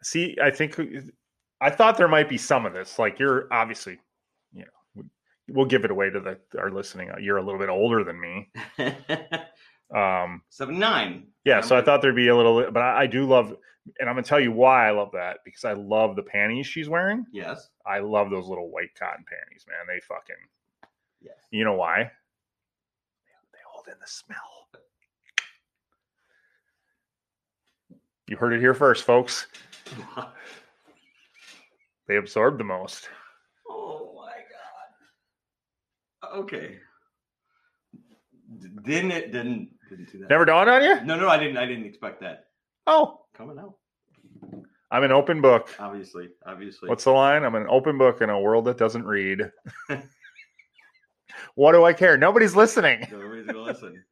See, I think uh, I thought there might be some of this. Like you're obviously, you know, we'll give it away to the our listening. uh, You're a little bit older than me. um,
Seven nine.
Yeah, so I thought there'd be a little, but I, I do love, and I'm gonna tell you why I love that because I love the panties she's wearing.
Yes.
I love those little white cotton panties, man. They fucking.
Yes.
You know why? They hold in the smell. You heard it here first, folks. they absorb the most.
Oh my god. Okay. D- didn't it? Didn't didn't do that.
Never dawned on you?
No, no, I didn't. I didn't expect that
Oh,
coming out.
I'm an open book.
Obviously, obviously.
What's the line? I'm an open book in a world that doesn't read. what do I care? Nobody's listening.
nobody's gonna listen?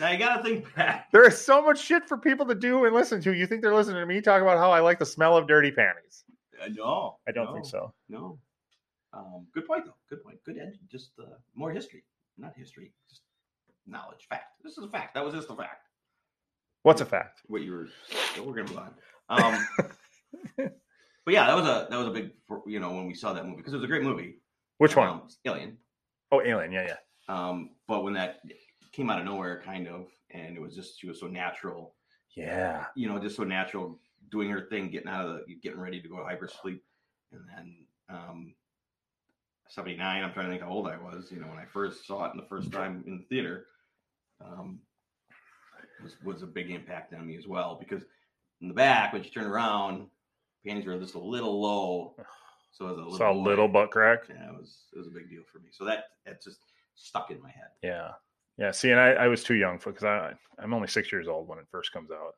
Now you gotta think back. Uh,
There is so much shit for people to do and listen to. You think they're listening to me talk about how I like the smell of dirty panties?
Uh, No,
I don't
no,
think so.
No. Um, good point though. Good point. Good edge. Just uh, more history, not history, just knowledge, fact. This is a fact. That was just a fact.
What's a fact?
What you were. what We're gonna move on. Um, but yeah, that was a that was a big you know when we saw that movie because it was a great movie.
Which one?
Um, Alien.
Oh, alien. Yeah, yeah.
Um, but when that came out of nowhere, kind of, and it was just she was so natural,
Yeah.
you know, just so natural doing her thing, getting out of the getting ready to go to hypersleep, and then um, seventy nine. I'm trying to think how old I was, you know, when I first saw it in the first time in the theater. Um, was, was a big impact on me as well because in the back when she turned around, panties were just a little low, so it was a little
Saw a
boy.
little butt crack.
Yeah, it was it was a big deal for me. So that that just stuck in my head.
Yeah. Yeah. See, and I, I was too young for because I I'm only six years old when it first comes out.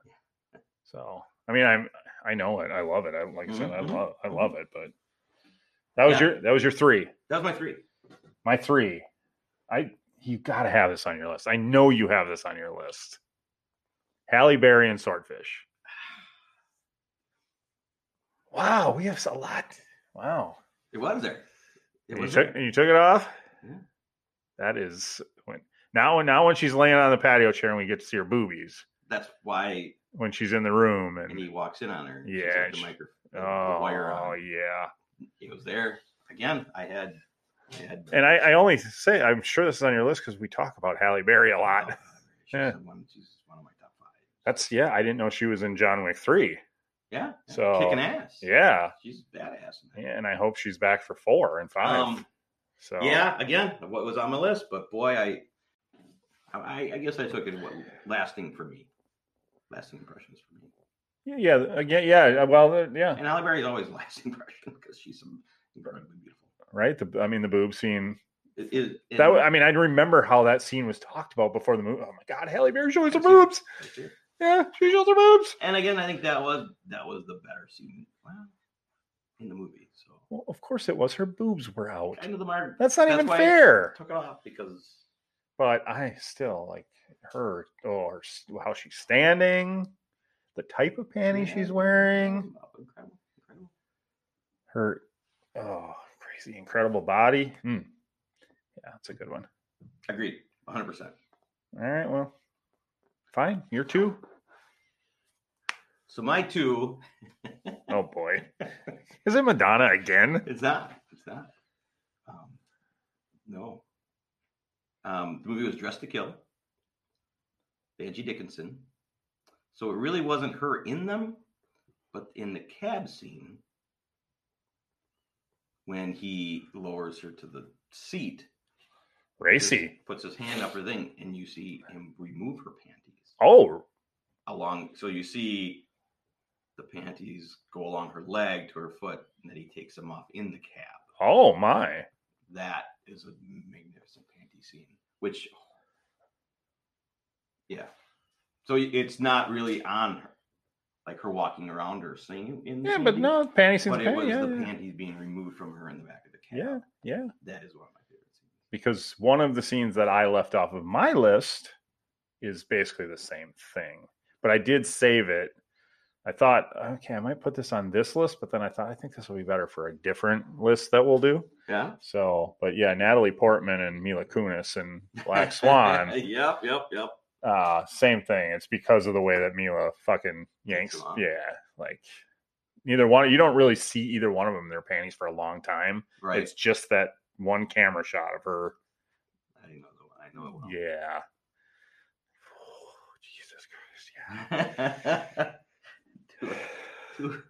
So I mean I'm I know it. I love it. I like I said, I
Mhm, mhm,
love I love it, but that was
Yeah.
your that was your three.
That was my three.
My three. I you gotta have this on your list. I know you have this on your list. Halle Berry and Swordfish. Wow, we have a lot. Wow.
It was there. It
And you
was
took
there.
and you took it off.
Yeah.
That is when now now when she's laying on the patio chair and we get to see her boobies
That's why
when she's in the room and,
and he walks in on her. and she's
Yeah,
got the
she-
micro- the- the wire
oh
on.
yeah.
It was there again. I had, I had.
And I, I only say I'm sure this is on your list because we talk about Halle Berry a
Oh,
lot.
God, she's
Yeah.
one- she's one of my top five.
That's yeah. I didn't know she was in John Wick three.
Yeah. yeah,
So,
kicking ass.
Yeah,
She's badass. in that.
yeah and I hope she's back for four and five.
Um,
so
Yeah. Again, what was on my list, but boy, I, I, I guess I took it what lasting for me, lasting impressions for me.
yeah, yeah, again, yeah. uh, Well, yeah,
And Halle Berry's always lasting impression because she's some incredibly beautiful.
right. The I mean the boob scene.
It, it, it,
That wa- I mean I remember how that scene was talked about before the movie. Oh my God, Halle Berry showing her
That's it.
boobs.
that's it.
Yeah, she shows her boobs.
And again, I think that was that was the better scene well, in the movie. So
Well, of course it was. Her boobs were out.
end of the mark.
That's not
That's
even
why-
fair.
Took it off because
But I still like her or her, s- how she's standing, the type of panty
Yeah.
she's wearing,
Incredible, incredible.
her oh crazy incredible body. Hmm. Yeah, that's a good one.
Agreed, one hundred percent.
All right, well, fine. You're two.
So my two,
Oh boy, is it Madonna again?
it's not, it's not. Um, no. Um, the movie was Dressed to Kill. Angie Dickinson. So it really wasn't her in them, but in the cab scene, when he lowers her to the seat, just
Racy.
puts his hand up her thing, and you see him remove her panties
Oh,
along. So you see the panties go along her leg to her foot, and then he takes them off in the cab.
oh my.
That is a magnificent panty scene, which, yeah. So it's not really on her, like her walking around or singing in the
Yeah, but
panties,
no panty scenes.
But it
Panty,
was
yeah,
the
yeah.
panties being removed from her in the back of the cab.
yeah, yeah.
That is one of my favorite scenes.
because one of the scenes that I left off of my list is basically the same thing, but I did save it I thought, okay, I might put this on this list, but then I thought I think this will be better for a different list that we'll do.
Yeah.
So, but yeah, Natalie Portman and Mila Kunis and Black Swan,
yep, yep, yep.
uh, same thing. It's because of the way that Mila fucking yanks.
them off.
Yeah, like neither one. You don't really see either one of them in their panties for a long time.
Right.
It's just that one camera shot of her.
I know the one. I know it well.
Yeah. Oh, Jesus Christ. Yeah.
Two- two-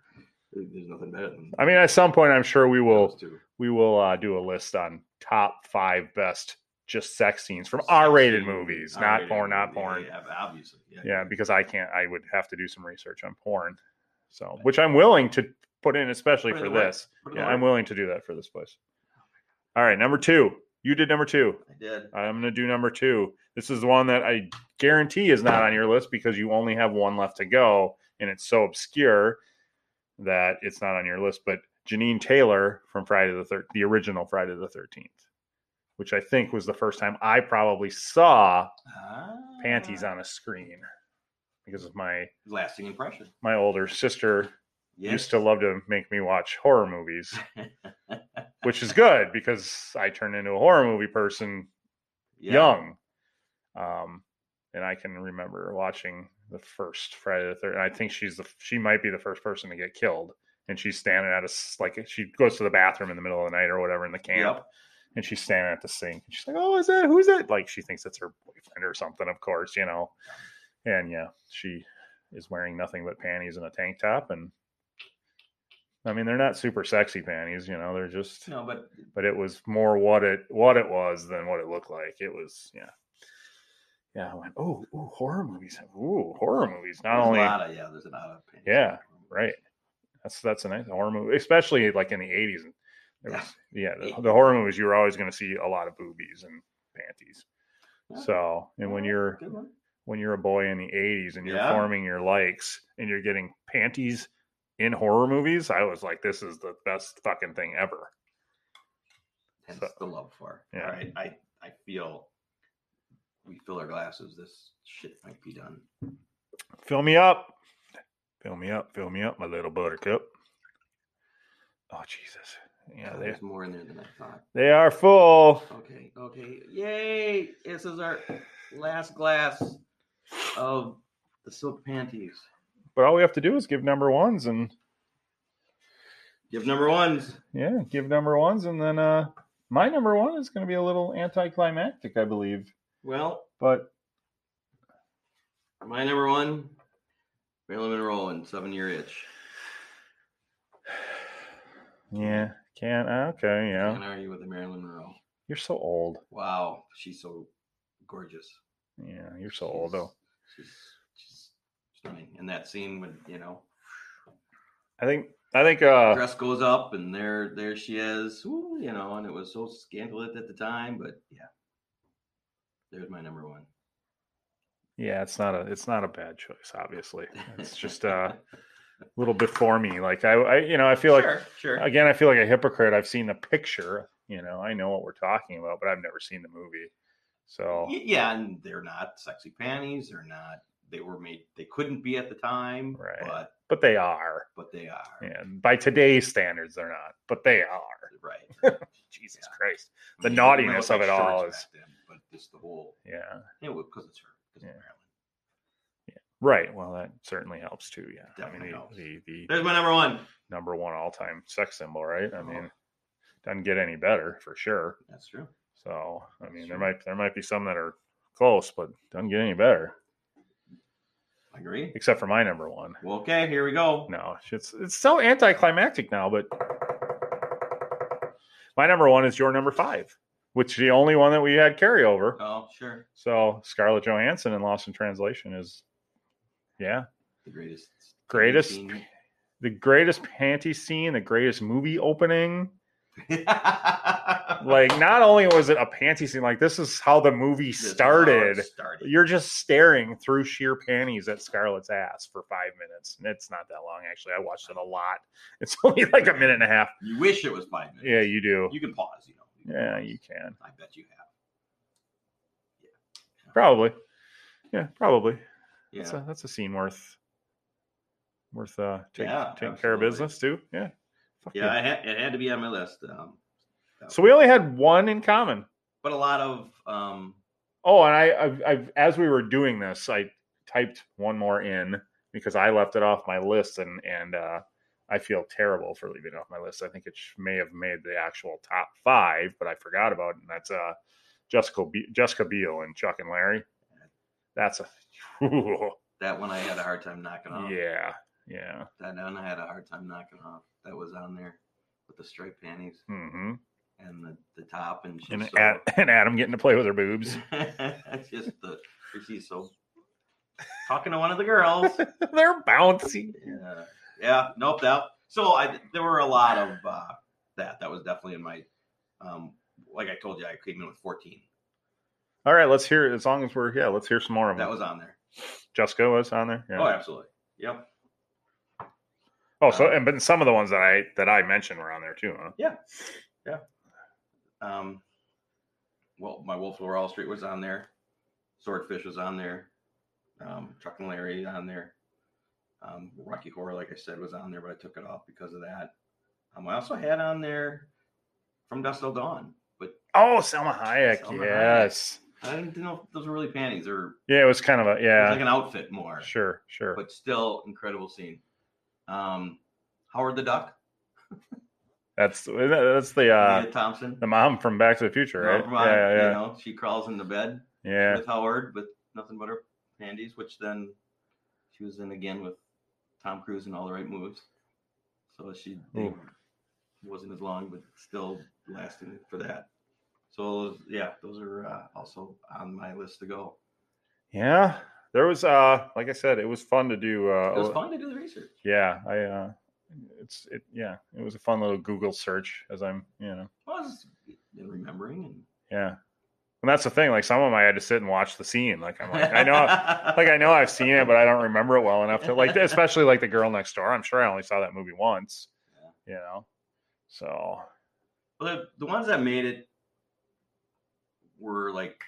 There's nothing better than
I mean, at some point, I'm sure we will.
those two.
we will uh, do a list on top five best just sex scenes from R-rated movies, not
R-rated
porn, not
movie. Yeah,
porn. Yeah,
Yeah, obviously. Yeah.
because I can't. I would have to do some research on porn, so which I'm willing to put in, especially
Put in
for
the Oh work.
this.
Put it
Yeah,
away.
I'm willing to do that for this place. All right, number two. You did number two.
I did.
I'm going to do number two. This is the one that I guarantee is not on your list because you only have one left to go, and it's so obscure that it's not on your list. But Janine Taylor from Friday the thir- the original Friday the Thirteenth, which I think was the first time I probably saw
Ah.
panties on a screen because of my
Lasting impression.
my older sister used
Yes.
to love to make me watch horror movies, which is good because I turned into a horror movie person
Yeah.
young. Um, and I can remember watching the first Friday the Third. I think she's the she might be the first person to get killed, and she's standing at a s- like she goes to the bathroom in the middle of the night or whatever in the camp,
Yep.
and she's standing at the sink. And she's like, "Oh, is that who's that?" Like she thinks it's her boyfriend or something, of course, you know. And yeah, she is wearing nothing but panties and a tank top, and I mean they're not super sexy panties, you know. They're just
No, but
but it was more what it what it was than what it looked like. It was yeah, yeah. I went oh ooh, horror movies, ooh horror movies. Not
there's
only
a lot of, yeah, there's a lot of panties.
Yeah, right, that's that's a nice horror movie, especially like in the eighties. And there was yeah, the, the horror movies you were always going to see a lot of boobies and panties.
Yeah.
So and when
Yeah,
you're
good one.
when you're a boy in the eighties and you're
Yeah.
forming your likes and you're getting panties in horror movies, I was like, this is the best fucking thing ever.
hence
So-
the love for. her.
Yeah.
All right, I I feel we fill our glasses. This shit might be done.
Fill me up. Fill me up. Fill me up, my little buttercup. Oh Jesus. Yeah, they
there's more in there than I thought.
they are full.
Okay, okay, yay! This is our last glass of the silk panties.
But all we have to do is give number ones and
Give number ones.
yeah, give number ones and then uh my number one is gonna be a little anticlimactic, I believe.
Well,
But
my number one, Marilyn Monroe and Seven Year Itch.
yeah, can't uh, okay, yeah.
Can't argue with the Marilyn Monroe.
You're so old.
Wow, she's so gorgeous.
Yeah, you're so old though.
She's, she's stunning. And that scene when you know
I think I think uh
dress goes up and there there she is Ooh, you know and it was so scandalous at the time but yeah there's my number one
yeah, it's not a it's not a bad choice, obviously. It's just uh a little before me. Like I, I you know, I feel like
sure sure
again, I feel like a hypocrite. I've seen the picture, you know, I know what we're talking about, but I've never seen the movie. So
Y- yeah and they're not sexy panties they're not they were made they couldn't be at the time
Right.
but
but they are.
but they are
And by today's standards, they're not, but they are.
right
Jesus
Yeah.
Christ. The
they might look
naughtiness of
like
it all
shirts
is-
back then, but just the whole
Yeah.
yeah because it's her 'cause it's
Yeah.
Marilyn.
Right. Well, that certainly helps too. Yeah.
Definitely
I
helps.
mean, the, the, the
there's my number one
number one all time sex symbol, right? I
Oh.
mean, doesn't get any better for sure.
that's true
So, I mean,
Sure.
there might there might be some that are close, but doesn't get any better,
I agree
except for my number one.
well okay here we go
No, it's it's so anticlimactic now, but my number one is your number five, which is the only one that we had carryover.
oh sure
So Scarlett Johansson in Lost in Translation is yeah,
the greatest
Greatest
scene.
the greatest panty scene, the greatest movie opening.
like
Like not only was it a panty scene, like this is how the movie started.
started.
You're just staring through sheer panties at Scarlett's ass for five minutes. And it's not that long, actually. I watched it a lot. It's only like a minute and a half.
You wish it was five minutes.
Yeah, you do.
You can pause. You know. You can
Yeah,
pause.
you can.
I bet you have.
Probably. Yeah, probably.
Yeah.
That's a that's a scene worth worth uh, take,
Yeah,
taking care of
absolutely.
business too. Yeah. Fuck
Yeah, it had, it had to be on my list. Um,
So we only had one in common.
but a lot of um,
Oh, and I, I've, I've as we were doing this, I typed one more in because I left it off my list, and and uh, I feel terrible for leaving it off my list. I think it sh- may have made the actual top five, but I forgot about it, and that's uh, Jessica Be- Jessica Biel and Chuck and Larry. That's a
that one I had a hard time knocking off.
yeah yeah.
That one I had a hard time knocking off. That was on there with the striped panties
hmm
and the, the top and she's
And,
so,
Ad- and Adam getting to play with her boobs.
It's just the she's so talking to one of the girls.
They're bouncy.
Yeah. Yeah. Nope. That. So I there were a lot of uh, that. That was definitely in my. Um, like I told you, I came in with 14.
All right, let's hear it. As long as we're yeah, let's hear some more of them.
That was on there.
Jessica was on there. Yeah.
Oh, absolutely. Yep.
Oh, so
Uh,
and but some of the ones that I that I mentioned were on there too, huh?
Um, well, my Wolf of Wall Street was on there. Swordfish was on there. Um, Chuck and Larry on there. Um, Rocky Horror, like I said, was on there, but I took it off because of that. Um, I also had on there from Dust Till Dawn, but
Oh, Selma Hayek.
Selma Hayek.
yes.
I didn't know if those were really panties or
Yeah, it was kind of a
it
yeah.
was like an outfit more.
sure, sure.
but still incredible scene. Um, Howard the Duck,
that's that's the uh
Leah Thompson,
the mom from Back to the Future,
you know,
right?
from on-
yeah,
You
yeah,
know, she crawls into bed
yeah.
with Howard with nothing but her panties, which then she was in again with Tom Cruise and all the right moves. So she they
Ooh.
wasn't as long, but still lasting for that. So yeah, those are uh, also on my list to go.
Yeah. There was uh like I said, it was fun to do uh
It was
oh,
fun to do the research.
yeah, I uh it's it yeah, it was a fun little Google search as I'm, you know.
Well, it's in remembering and
Yeah. And that's the thing, like some of them I had to sit and watch the scene. Like I'm like, I know like I know I've seen it, but I don't remember it well enough to like, especially like the girl next door. I'm sure I only saw that movie once, you know. So
Well, the, the ones that made it were like,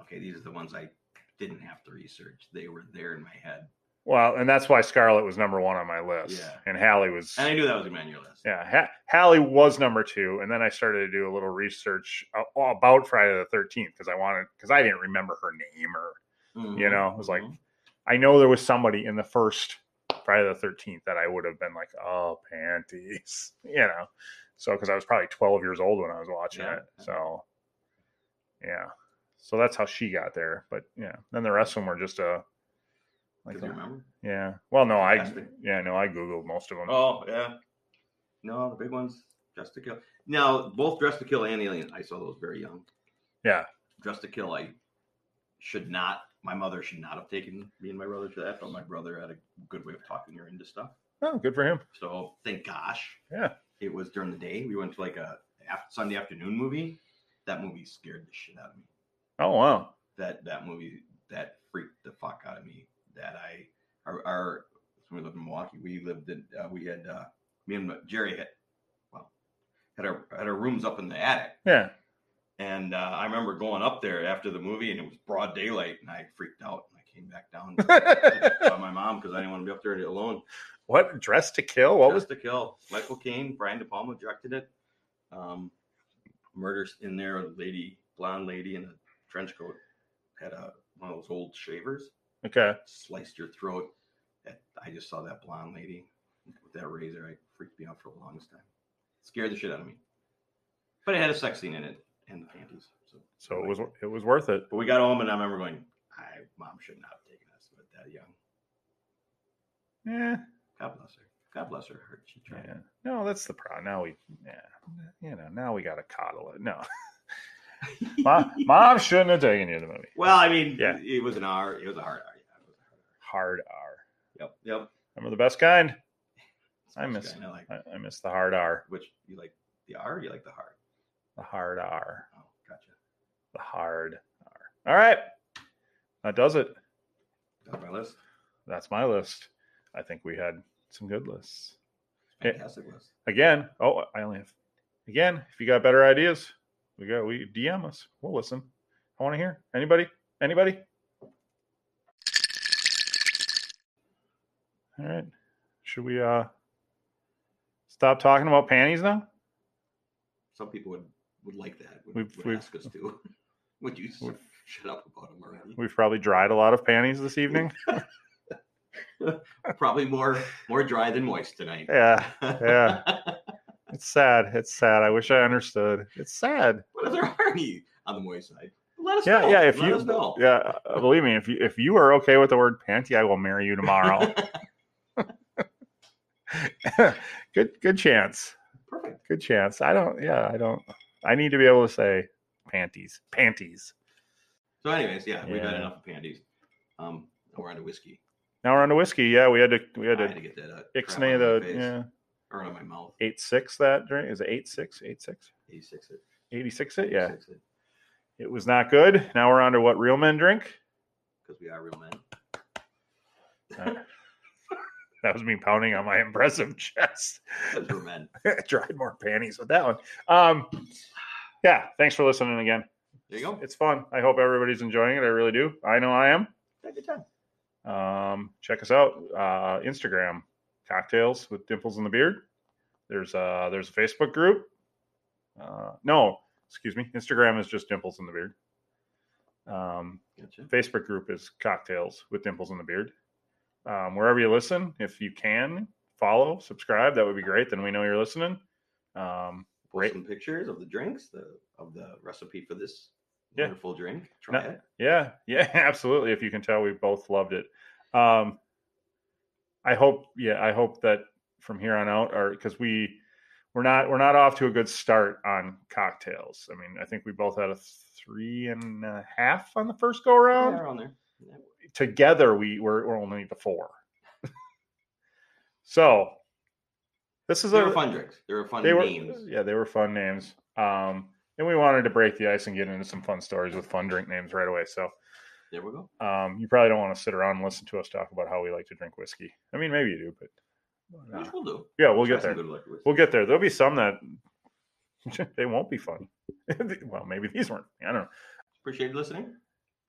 okay, these are the ones I didn't have to research. They were there in my head,
well, and that's why Scarlett was number one on my list,
Yeah.
and Hallie was
and I knew that was gonna be on your list.
yeah, ha- Hallie was number two, and then I started to do a little research a- about Friday the Thirteenth because I wanted because I didn't remember her name or you
Mhm,
know, it was like
mhm.
I know there was somebody in the first Friday the Thirteenth that I would have been like, oh panties, you know. So because I was probably twelve years old when I was watching
Yeah.
it, so yeah, so that's how she got there. But yeah, then the rest of them were just a like,
Did you remember?
yeah. Well, no, I
Fantastic.
yeah, no, I googled most of them.
Oh yeah, no, the big ones, Dress to Kill. Now both Dress to Kill and Alien, I saw those very young.
Yeah.
Dress to Kill, I should not. My mother should not have taken me and my brother to that, but my brother had a good way of talking her into stuff.
Oh, good for him.
So thank gosh.
Yeah.
It was during the day. We went to like a af- Sunday afternoon movie. That movie scared the shit out of me.
Oh wow.
That that movie that freaked the fuck out of me. That I our, our when we lived in Milwaukee, we lived in uh, we had uh, me and my- Jerry had well had our had our rooms up in the attic.
Yeah.
And uh, I remember going up there after the movie, and it was broad daylight, and I freaked out, and I came back down to- by my mom because I didn't want to be up there alone.
what dress to kill? What was
Just to Kill. Michael Caine, Brian De Palma directed it. Um, murders in there, a lady, blonde lady in a trench coat, had a one of those old shavers,
okay?
sliced your throat. That I just saw that blonde lady with that razor. I freaked me out for the longest time. Scared the shit out of me. But it had a sex scene in it and the panties. So,
So it was it was worth it.
But we got home, and I remember going, "I mom should not have taken us with that young."
Yeah.
God bless her. God bless her heart. She tried.
Yeah. No, that's the problem. Now we, yeah, you know, now we got to coddle it. No, mom, mom shouldn't have taken you to the movie.
Well, I mean,
Yeah.
it was an R. It was a hard R. Yeah, it was a hard
Hard R.
R. Yep, yep.
Remember the best kind?
It's
I
nice
miss-
guy, and I like
I, I miss the hard R.
which you like the R. Or you like the hard.
The hard R.
Oh, gotcha.
The hard R. All right. That does it.
That's my list.
That's my list. I think we had some good lists. Yeah.
Fantastic list.
Again, oh, I only have, again, if you got better ideas, we got, we DM us. We'll listen. I want to hear. Anybody? Anybody? All right. Should Should we uh stop talking about panties now?
Some people would, would like that. Would,
We've-
would
we've-
ask us to. would you s-
We've-
shut up about them already?
We've probably dried a lot of panties this evening.
Probably more more dry than moist tonight.
Yeah, yeah. It's sad. It's sad. I wish I understood. It's sad.
what if there are any on the moist side? Let us
Yeah,
know.
yeah, if
Let
you-
us know.
Yeah, uh, believe me, if you if you are okay with the word panty, I will marry you tomorrow. good good chance.
Perfect.
Good chance. I don't yeah, I don't I need to be able to say panties. Panties.
So, anyways, yeah, we've had
Yeah.
enough of panties. Um, now we're on to whiskey.
Now we're on to whiskey. Yeah, we had to we
I
had
had to
to
get that out.
ixnay
crap out of my
the
face,
yeah,
or out of my mouth.
eight six that drink. Is it eight six? Eight six?
Eighty six it.
Eighty six it? Yeah.
Because
It was not good. Now we're on to what real men drink.
we are real men.
Uh, that was me pounding on my impressive chest.
'Cause we're men.
I tried more panties with that one. Um, yeah, thanks for listening again.
There you go.
It's fun. I hope everybody's enjoying it. I really do. I know I am.
Have a good time.
Um, check us out. Uh, Instagram cocktails with dimples in the beard. There's a there's a Facebook group. Uh, no, excuse me. Instagram is just dimples in the beard. Um,
Gotcha.
Facebook group is Cocktails with Dimples in the Beard. Um, wherever you listen, if you can follow, subscribe, that would be great. Then we know you're listening. Um,
Post some pictures of the drinks, the of the recipe for this
Yeah.
wonderful drink. Try
No-
it.
yeah, yeah, absolutely. If you can tell, we both loved it. Um, I hope, yeah, I hope that from here on out, or because we we're not we're not off to a good start on cocktails. I mean, I think we both had a three and a half on the first go
Yeah,
around.
they're on there. Yeah.
together we were, were only the four. so this is
They were
a
fun drinks. They were fun
they were
names.
yeah they were fun names. Um, and we wanted to break the ice and get into some fun stories with fun drink names right away. So
There we go.
um, you probably don't want to sit around and listen to us talk about how we like to drink whiskey. I mean, maybe you do, but nah.
Which we'll do.
yeah, we'll
Try
get
some
there.
good luck with
We'll get there. There'll be some that they won't be fun. well, maybe these weren't. I don't know.
Appreciate you listening.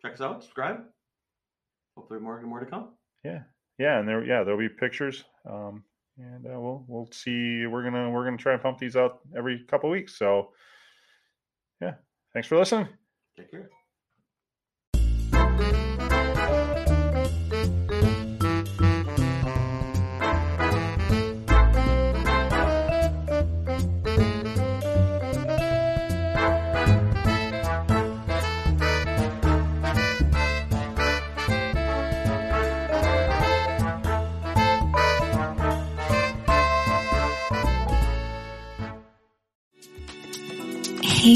Check us out. Subscribe. Hopefully, more more to come.
yeah and there yeah there'll be pictures um and uh, we'll we'll see we're gonna we're gonna try and pump these out every couple weeks so yeah thanks for listening
Take care.
Hey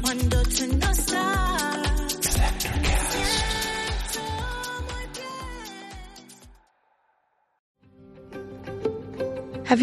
cuando tú no estás.
Have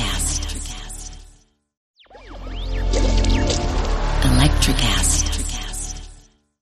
acid. Electric acid.